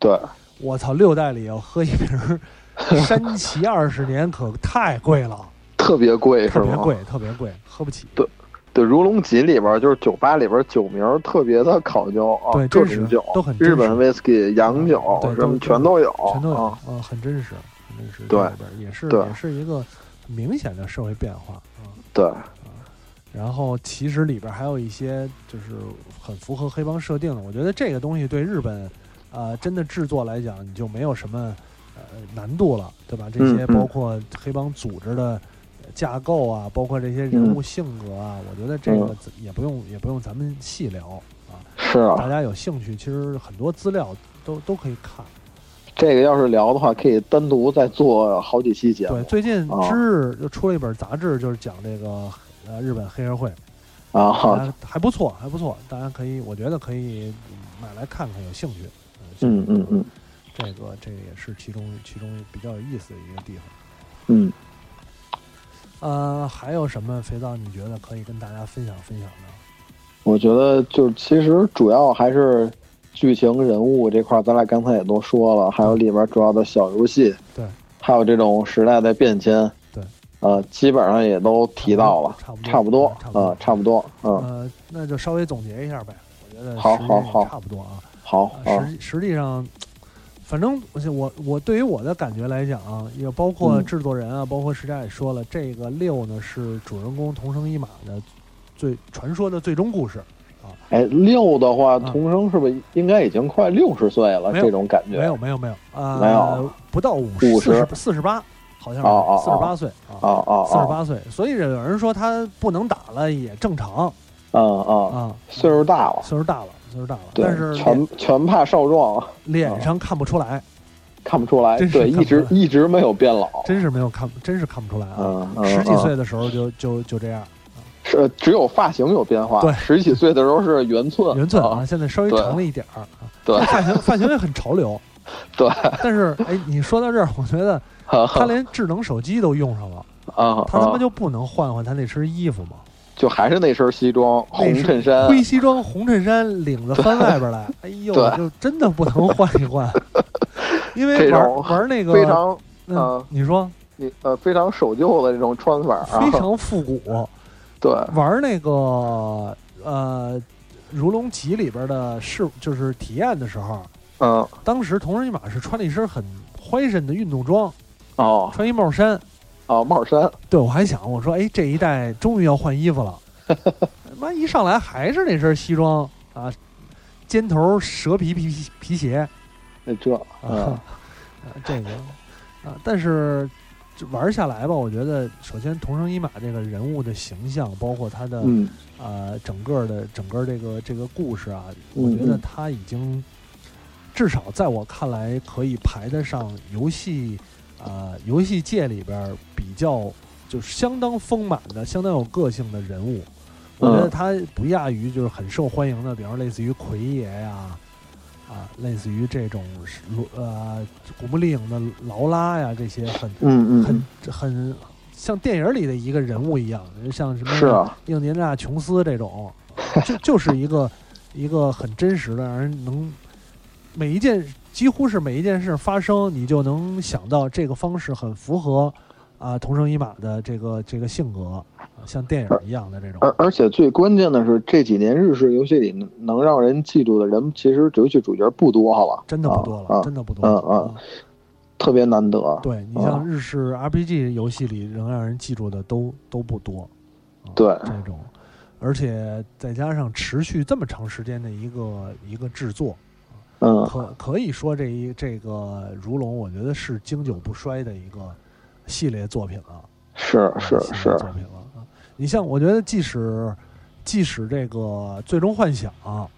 S2: 对，
S3: 我操，六代里要喝一瓶山 崎二十年，可太贵了，
S2: 特别贵是
S3: 特别
S2: 吗？
S3: 贵，特别贵，喝不起。
S2: 对，如龙集里边就是酒吧里边酒名特别的考究啊，
S3: 对
S2: 各
S3: 真
S2: 种
S3: 实
S2: 酒，
S3: 都很真
S2: 日
S3: 实嗯
S2: 本 whisky、洋酒
S3: 对
S2: 什么
S3: 都
S2: 全都有，
S3: 全都有，
S2: 啊，
S3: 嗯，很真实，很真实。
S2: 对
S3: 这里边也是
S2: 对
S3: 也是一个明显的社会变化啊。
S2: 对，
S3: 然后其实里边还有一些就是很符合黑帮设定的，我觉得这个东西对日本，呃，真的制作来讲，你就没有什么呃难度了，对吧？这些
S2: 嗯嗯
S3: 包括黑帮组织的架构啊，包括这些人物性格啊，我觉得这个也不用也不用咱们细聊啊，
S2: 是啊，
S3: 大家有兴趣，其实很多资料都都可以看。
S2: 这个要是聊的话，可以单独再做好几期节
S3: 对，
S2: 目
S3: 最近
S2: 哦
S3: 知日就出了一本杂志，就是讲这个呃日本黑社会。
S2: 啊哈。
S3: 还还不错，还不错，大家可以，我觉得可以买来看看，有兴趣。
S2: 嗯嗯嗯
S3: 这个这个也是其中其中比较有意思的一个地方。
S2: 嗯，
S3: 呃，还有什么肥皂你觉得可以跟大家分享分享的？
S2: 我觉得就是其实主要还是剧情人物这块儿，咱俩刚才也都说了，还有里边主要的小游戏，
S3: 对，
S2: 还有这种时代的变迁，
S3: 对，
S2: 呃，基本上也都提到了，
S3: 差
S2: 差
S3: 不
S2: 不
S3: 多
S2: 多
S3: 差不多
S2: 啊，差不多，嗯，
S3: 呃，那就稍微总结一下呗。我觉得
S2: 好
S3: 时间
S2: 好
S3: 也
S2: 好
S3: 差不多啊。
S2: 好
S3: 呃
S2: 啊，
S3: 实实际上，反正我我我对于我的感觉来讲啊，也包括
S2: 嗯
S3: 制作人啊，包括石佳也说了，这个六呢是主人公同生一马的最传说的最终故事。
S2: 哎，六的话，
S3: 嗯
S2: 童生是不是应该已经快六十岁了？
S3: 没有
S2: 这种感觉
S3: 没有没有没有，呃，
S2: 没有
S3: 不到五
S2: 50
S3: 十四十八，好像
S2: 哦哦
S3: 四十八岁
S2: 啊
S3: 啊，
S2: 啊
S3: 四十
S2: 啊
S3: 八岁。所以有人说他不能打了也正常
S2: 啊啊！
S3: 啊，
S2: 岁数大了，
S3: 岁数大了，岁数大了，
S2: 对
S3: 但是，脸
S2: 全全怕少壮，啊
S3: 脸上看不出来，
S2: 看不出来，
S3: 真是
S2: 对，
S3: 看不
S2: 一
S3: 出来
S2: 直一直没有变老，
S3: 真是没有看，真是看不出来啊。
S2: 嗯嗯，
S3: 十几
S2: 嗯
S3: 岁的时候就就就这样，
S2: 是呃只有发型有变化，
S3: 对
S2: 十几岁的时候是圆寸，
S3: 圆寸
S2: 啊
S3: 啊，，现在稍微
S2: 对
S3: 长了一点儿啊。
S2: 对
S3: 发型发型也很潮流，
S2: 对。
S3: 但是哎，你说到这儿，我觉得
S2: 哈
S3: 他
S2: 哈
S3: 连智能手机都用上了，
S2: 啊，
S3: 啊他他妈
S2: 啊
S3: 就不能换换他那身衣服吗？
S2: 就还是那身西装，红衬衫，
S3: 灰西装、红衬衫，领子翻外边来，哎呦，
S2: 对
S3: 就真的不能换一 换，因为
S2: 这
S3: 玩
S2: 种
S3: 玩那个
S2: 非常
S3: 嗯
S2: 嗯，
S3: 你说
S2: 你呃非常守旧的这种穿法啊，
S3: 非常复古，
S2: 对，
S3: 玩那个呃《如龙骑》里边的试就是体验的时候，
S2: 嗯
S3: 当时同人一马是穿了一身很欢身的运动装，
S2: 哦
S3: 穿一帽衫。
S2: 哦帽衫，
S3: 对我还想，我说哎，这一代终于要换衣 服了，妈一上来还是那身西装啊，尖头蛇皮皮皮鞋
S2: 那这嗯
S3: 啊，啊这个啊，但是。这玩下来吧，我觉得首先同生一马这个人物的形象，包括他的、
S2: 嗯
S3: 呃整个的整个这个这个故事啊，
S2: 嗯
S3: 我觉得他已经至少在我看来可以排得上游戏呃游戏界里边儿比较就是相当丰满的、相当有个性的人物。我觉得
S2: 嗯
S3: 他不亚于就是很受欢迎的，比方说类似于奎爷呀、啊，类似于这种是罗呃古墓丽影的劳拉呀，这些很
S2: 嗯嗯
S3: 很很像电影里的一个人物一样，像什么
S2: 是啊，
S3: 印第安纳琼斯这种，就就是一个一个很真实的，让人能每一件几乎是每一件事发生，你就能想到这个方式很符合啊同生一马的这个这个性格，啊像电影一样的这种。
S2: 而而且最关键的是，这几年日式游戏里能能让人记住的人，其实游戏主角不多了，
S3: 真的不多
S2: 啊
S3: 了，
S2: 啊
S3: 真的不多了。
S2: 嗯嗯特别难得，
S3: 对你像日式
S2: 啊
S3: RPG 游戏里能让人记住的都都不多，啊
S2: 对
S3: 这种，而且再加上持续这么长时间的一个一个制作，
S2: 嗯
S3: 可可以说这一这个如龙，我觉得是经久不衰的一个系列作品了，
S2: 是
S3: 啊
S2: 是
S3: 系列
S2: 是，
S3: 作品了啊。你像我觉得即使即使这个最终幻想啊，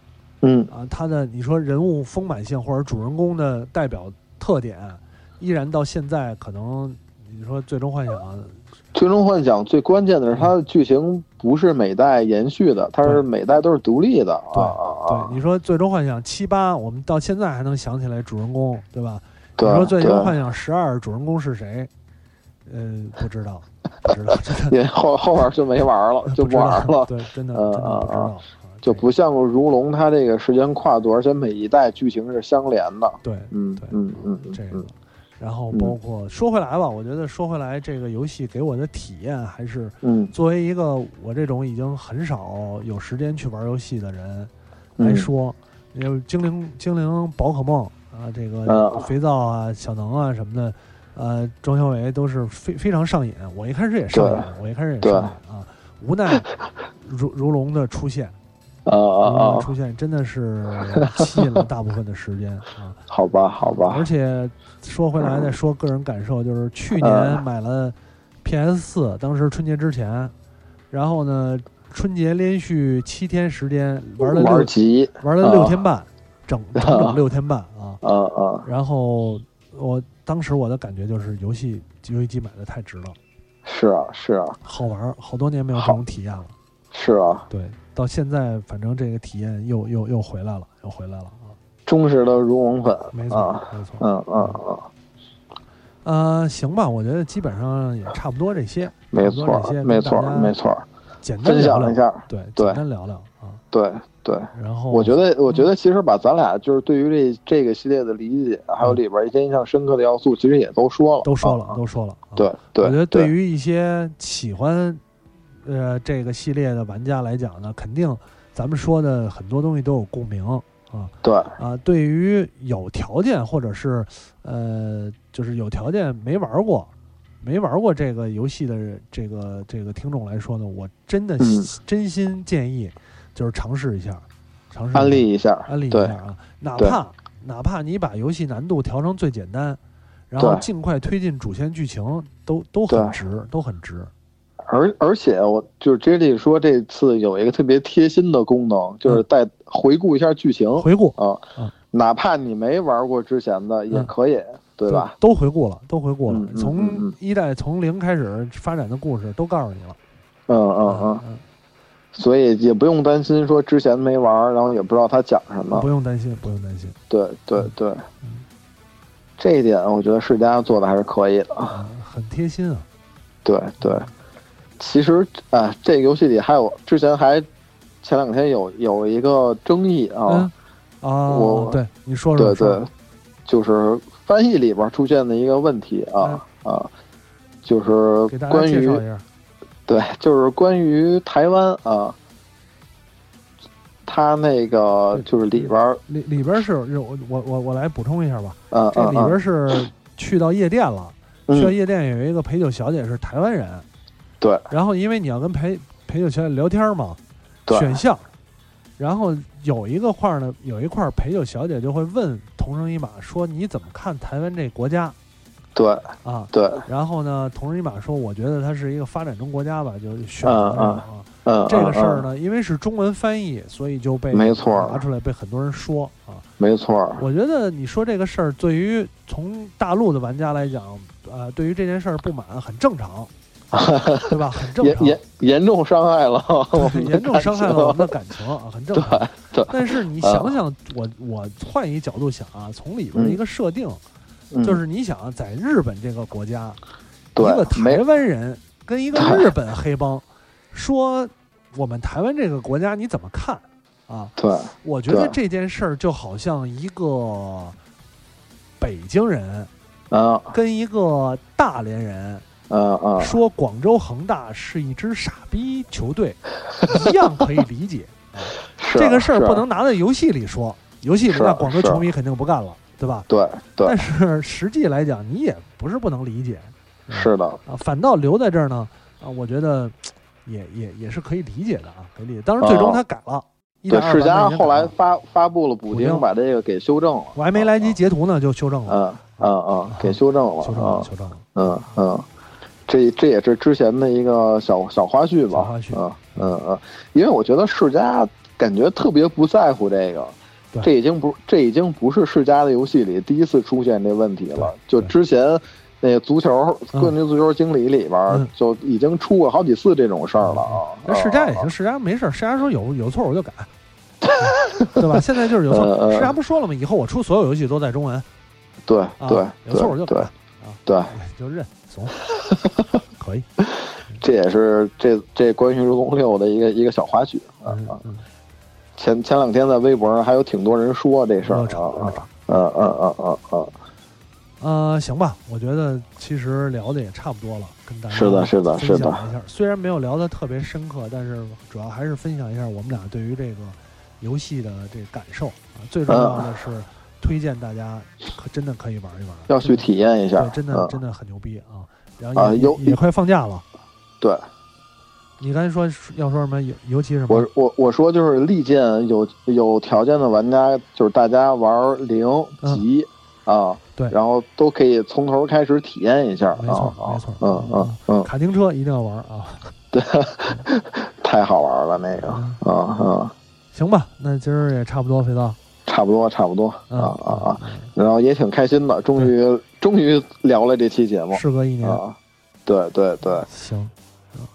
S2: 嗯
S3: 啊，他的你说人物丰满性或者主人公的代表特点，依然到现在可能你说最终幻想，啊
S2: 最终幻想最关键的是它的剧情不是每代延续的，它
S3: 对
S2: 是每代都是独立的啊
S3: 对
S2: 啊
S3: 对，你说最终幻想七八，我们到现在还能想起来主人公，对吧？
S2: 对
S3: 你说最终
S2: 对
S3: 幻想十二主人公是谁？呃，不知道，不知道， 真的
S2: 也 后后边就没玩 了，就
S3: 不知
S2: 不
S3: 道
S2: 玩了，
S3: 对，真的
S2: 嗯
S3: 真的不知道，
S2: 嗯
S3: 啊
S2: 就
S3: 这
S2: 不像如龙，它这个时间跨度，而且每一代剧情是相连的。
S3: 对
S2: 嗯
S3: 对
S2: 嗯嗯嗯
S3: 这个
S2: 嗯，。
S3: 然后包括说回来吧，我觉得说回来，这个游戏给我的体验还是
S2: 嗯
S3: 作为一个我这种已经很少有时间去玩游戏的人
S2: 嗯
S3: 来说，因为精灵精灵宝可梦啊，这个
S2: 嗯
S3: 肥皂啊、小能啊什么的，呃，庄小伟都是非非常上瘾。我一开始也上瘾，我一开始也
S2: 对
S3: 上瘾啊，无奈 如如龙的出现，
S2: 啊
S3: 如龙
S2: 啊
S3: 的
S2: 啊，
S3: 出现真的是吸引了大部分的 时间啊。
S2: 好吧好吧
S3: 而，且说回来再说个人感受，就是去
S2: 嗯
S3: 年买了 PS 四，当时春节之前，然后呢，春节连续七天时间玩了六
S2: 玩啊急，
S3: 玩了六天半，整整 整六天半啊。
S2: 啊啊，
S3: 然后我当时我的感觉就是游戏游戏机买的太值了，
S2: 是啊是啊
S3: 好玩儿，好多年没有这
S2: 好
S3: 种体验了。
S2: 是啊，
S3: 对，到现在反正这个体验又又又回来了，又回来了啊，
S2: 忠实的如龙粉
S3: 没错、
S2: 啊，
S3: 没错。
S2: 嗯嗯嗯，
S3: 呃，行吧，我觉得基本上也差不多这些。
S2: 没错
S3: 差不多这些
S2: 没错
S3: 跟大家
S2: 没错，
S3: 简单
S2: 分享
S3: 聊聊
S2: 一，下。
S3: 对，
S2: 对
S3: 简单聊聊啊。
S2: 对对，
S3: 然后
S2: 我觉得，我觉
S3: 哦
S2: 得其实把咱俩就是对于这这个系列的理解，还有里边一些印象深刻的要素，其实也都说了，
S3: 嗯都说
S2: 啊
S3: 了，都说了。啊，
S2: 对对，
S3: 我觉得
S2: 对
S3: 对于一些喜欢呃这个系列的玩家来讲呢，肯定咱们说的很多东西都有共鸣啊
S2: 对
S3: 啊。对于有条件或者是呃就是有条件没玩过。没玩过这个游戏的这个这个听众来说呢，我真的、
S2: 嗯
S3: 真心建议就是尝试一下，尝试一下
S2: 安利一下，
S3: 安利一下
S2: 对
S3: 啊，哪
S2: 对
S3: 怕哪怕你把游戏难度调成最简单，然后
S2: 对
S3: 尽快推进主线剧情，都都
S2: 对
S3: 很值，都很值。
S2: 而而且我就是 j e 说这次有一个特别贴心的功能，就是
S3: 嗯
S2: 再回顾一下剧情
S3: 回顾
S2: 啊
S3: 嗯，
S2: 哪怕你没玩过之前的也
S3: 嗯
S2: 可以，对吧？？
S3: 都回顾了，都回顾
S2: 嗯嗯，
S3: 了
S2: 嗯
S3: 从
S2: 嗯
S3: 一代从零开始发展的故事都告诉你了。
S2: 嗯嗯嗯，
S3: 嗯，
S2: 所以也不用担心说之前没玩，然后也不知道他讲什么
S3: 不。用担心，不用担心。
S2: 对对
S3: 嗯
S2: 对，这一点我觉得世嘉做的还是可以的。
S3: 啊，很贴心啊。
S2: 对对，其实啊，这个游戏里还有之前还前两天有有一个争议啊
S3: 嗯，啊
S2: 我，
S3: 对，你说说，
S2: 对
S3: 你说
S2: 对，就是翻译里边出现的一个问题啊、啊，就是
S3: 嗯给大家
S2: 关
S3: 介
S2: 于
S3: 绍一下。
S2: 对，就是关于台湾啊，它那个就是里边儿，
S3: 里里边是有我我我来补充一下吧，
S2: 嗯
S3: 这
S2: 嗯
S3: 里
S2: 嗯
S3: 边是去到夜店了。去到
S2: 嗯，
S3: 夜店有一个陪酒小姐是台湾人，
S2: 对。
S3: 然后因为你要跟陪陪酒小姐聊天嘛，
S2: 对
S3: 选项，然后有一个块儿呢，有一块儿陪酒小姐就会问同生一马说你怎么看台湾这国家
S2: 对
S3: 啊？
S2: 对，
S3: 然后呢，同生一马说我觉得它是一个发展中国家吧，就选择了
S2: 嗯
S3: 啊。
S2: 嗯，
S3: 这个事
S2: 嗯，
S3: 儿呢，因为是中文翻译，所以就被
S2: 没错儿
S3: 拿出来被很多人说啊。
S2: 嗯没错儿，
S3: 我觉得你说这个事儿，对于从大陆的玩家来讲，呃，对于这件事儿不满很 正常，对吧？很正
S2: 严
S3: 常，
S2: 严严重伤害 了我们的
S3: 严重
S2: 感
S3: 伤害
S2: 情
S3: 了我们的感情啊，很正常
S2: 对。
S3: 但是你想想，我我换一角度想啊，从里边的一个设定，
S2: 嗯
S3: 就是你想啊在日本这个国家，
S2: 对
S3: 一个
S2: 没
S3: 台湾人跟一个日本黑帮说，我们台湾这个国家你怎么看啊？
S2: 对
S3: 我觉得
S2: 对
S3: 这件事儿就好像一个北京人
S2: 啊
S3: 跟一个大连人
S2: 嗯嗯，
S3: 说广州恒大是一支傻逼球队一样可以理解。
S2: 是啊
S3: 这个事儿
S2: 是
S3: 不能拿到游戏里说，游戏里
S2: 是啊
S3: 那广州
S2: 是
S3: 球迷肯定不干了，对吧？
S2: 对对
S3: 但是实际来讲，你也不是不能理解
S2: 是的，
S3: 啊，反倒留在这儿呢啊，我觉得也也也是可以理解的啊，可以理解。当然，最终他改了，一
S2: 哦对
S3: 点二
S2: 世嘉
S3: 版
S2: 后来发发布了补
S3: 补
S2: 丁，
S3: 丁
S2: 把这个给修正了，
S3: 我还没来及截图呢，就修正了，
S2: 嗯嗯嗯，给修正了
S3: 修正
S2: 啊
S3: 了，，修正了。
S2: 嗯，嗯，这这也是之前的一个小小花絮吧，
S3: 小花絮
S2: 嗯嗯嗯，因为我觉得世嘉感觉特别不在乎这个，
S3: 对
S2: 这已经不这已经不是世嘉的游戏里第一次出现这问题了，就
S3: 对
S2: 之前。那个足球，
S3: 嗯
S2: 冠军足球经理里边儿
S3: 嗯
S2: 就已经出过好几次这种事儿了啊。
S3: 那世嘉也
S2: 啊
S3: 行，世嘉没事儿，世嘉说有有错 我就改，对吧？现在就是有
S2: 嗯嗯
S3: 错，世嘉不说了吗？以后我出所有游戏都在中文
S2: 对
S3: 啊
S2: 对，
S3: 有错我就
S2: 对对
S3: 改，哎
S2: 对，
S3: 就认 怂，可以，
S2: 这也是这这关于《如龙六》的一个一个小花絮啊。
S3: 嗯
S2: 啊
S3: 嗯，
S2: 前前两天在微博上还有挺多人说这事儿
S3: 要
S2: 啊
S3: 找要
S2: 啊
S3: 找。
S2: 嗯嗯嗯嗯嗯，
S3: 呃，行吧，我觉得其实聊的也差不多了，跟大家
S2: 是的是的是的
S3: 分享一下，虽然没有聊得特别深刻，但是主要还是分享一下我们俩对于这个游戏的这个感受啊。最重要的是，推荐大家可真的可以玩一玩，啊
S2: 要去体验一下
S3: 对，，真的
S2: 嗯
S3: 真的很牛逼啊！然
S2: 啊
S3: 后也
S2: 有
S3: 也也快放假了，
S2: 对
S3: 你刚才说要说什么？尤尤其是什么
S2: 我我我说就是利剑有有条件的玩家，就是大家玩零
S3: 嗯
S2: 级啊，
S3: 对
S2: 然后都可以从头开始体验一下
S3: 没错
S2: 啊
S3: 没错
S2: 啊嗯嗯嗯，
S3: 卡丁车一定要玩啊！
S2: 太好玩了那个
S3: 嗯
S2: 啊啊，
S3: 行吧，那今儿也差不多，肥皂。
S2: 差不多差不多
S3: 嗯
S2: 啊啊啊，！然后也挺开心的，终于终于聊了这期节目
S3: 事隔一年，
S2: 啊，对对对，
S3: 行，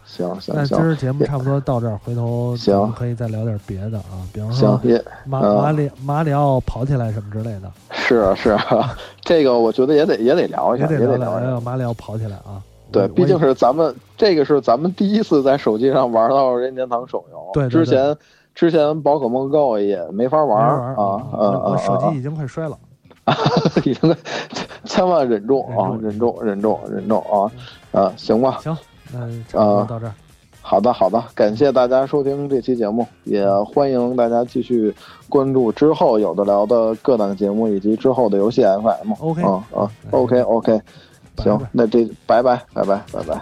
S2: 行行
S3: 那今
S2: 行
S3: 儿节目差不多到这儿，回头
S2: 行
S3: 咱们可以再聊点别的啊，比方
S2: 行
S3: 说
S2: 也。
S3: 马
S2: 嗯
S3: 马里马里奥跑起来什么之类的，
S2: 是啊是啊，这个我觉得也得也得聊一下，
S3: 也
S2: 也
S3: 得
S2: 得
S3: 聊嗯哎
S2: 聊一下。
S3: 聊马里奥跑起来啊。
S2: 对，
S3: 我
S2: 毕竟是咱们这个是咱们第一次在手机上玩到任天堂手游，
S3: 对对对
S2: 之前之前宝可梦 Go 也没法
S3: 没
S2: 玩
S3: 人
S2: 儿啊
S3: 玩我
S2: 啊
S3: 我
S2: 啊
S3: 手
S2: 啊
S3: 机已经快摔了。
S2: 已经千万忍住啊，忍住，忍住，忍住啊啊，行吧，
S3: 行，那差不多
S2: 啊
S3: 到这儿，
S2: 好的，好的，感谢大家收听这期节目，也欢迎大家继续关注之后有的聊的各档节目以及之后的游戏 FM。
S3: OK
S2: 啊啊，OK OK，
S3: 拜
S2: 行
S3: 拜，
S2: 那这拜拜拜拜拜拜。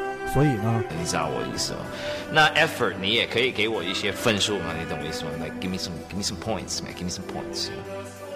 S3: 所以呢，
S4: 你知道我意思吗？那 effort 你也可以给我一些分数嘛，你懂我意思吗？Like give me some give me some points, man, give me some points. you know?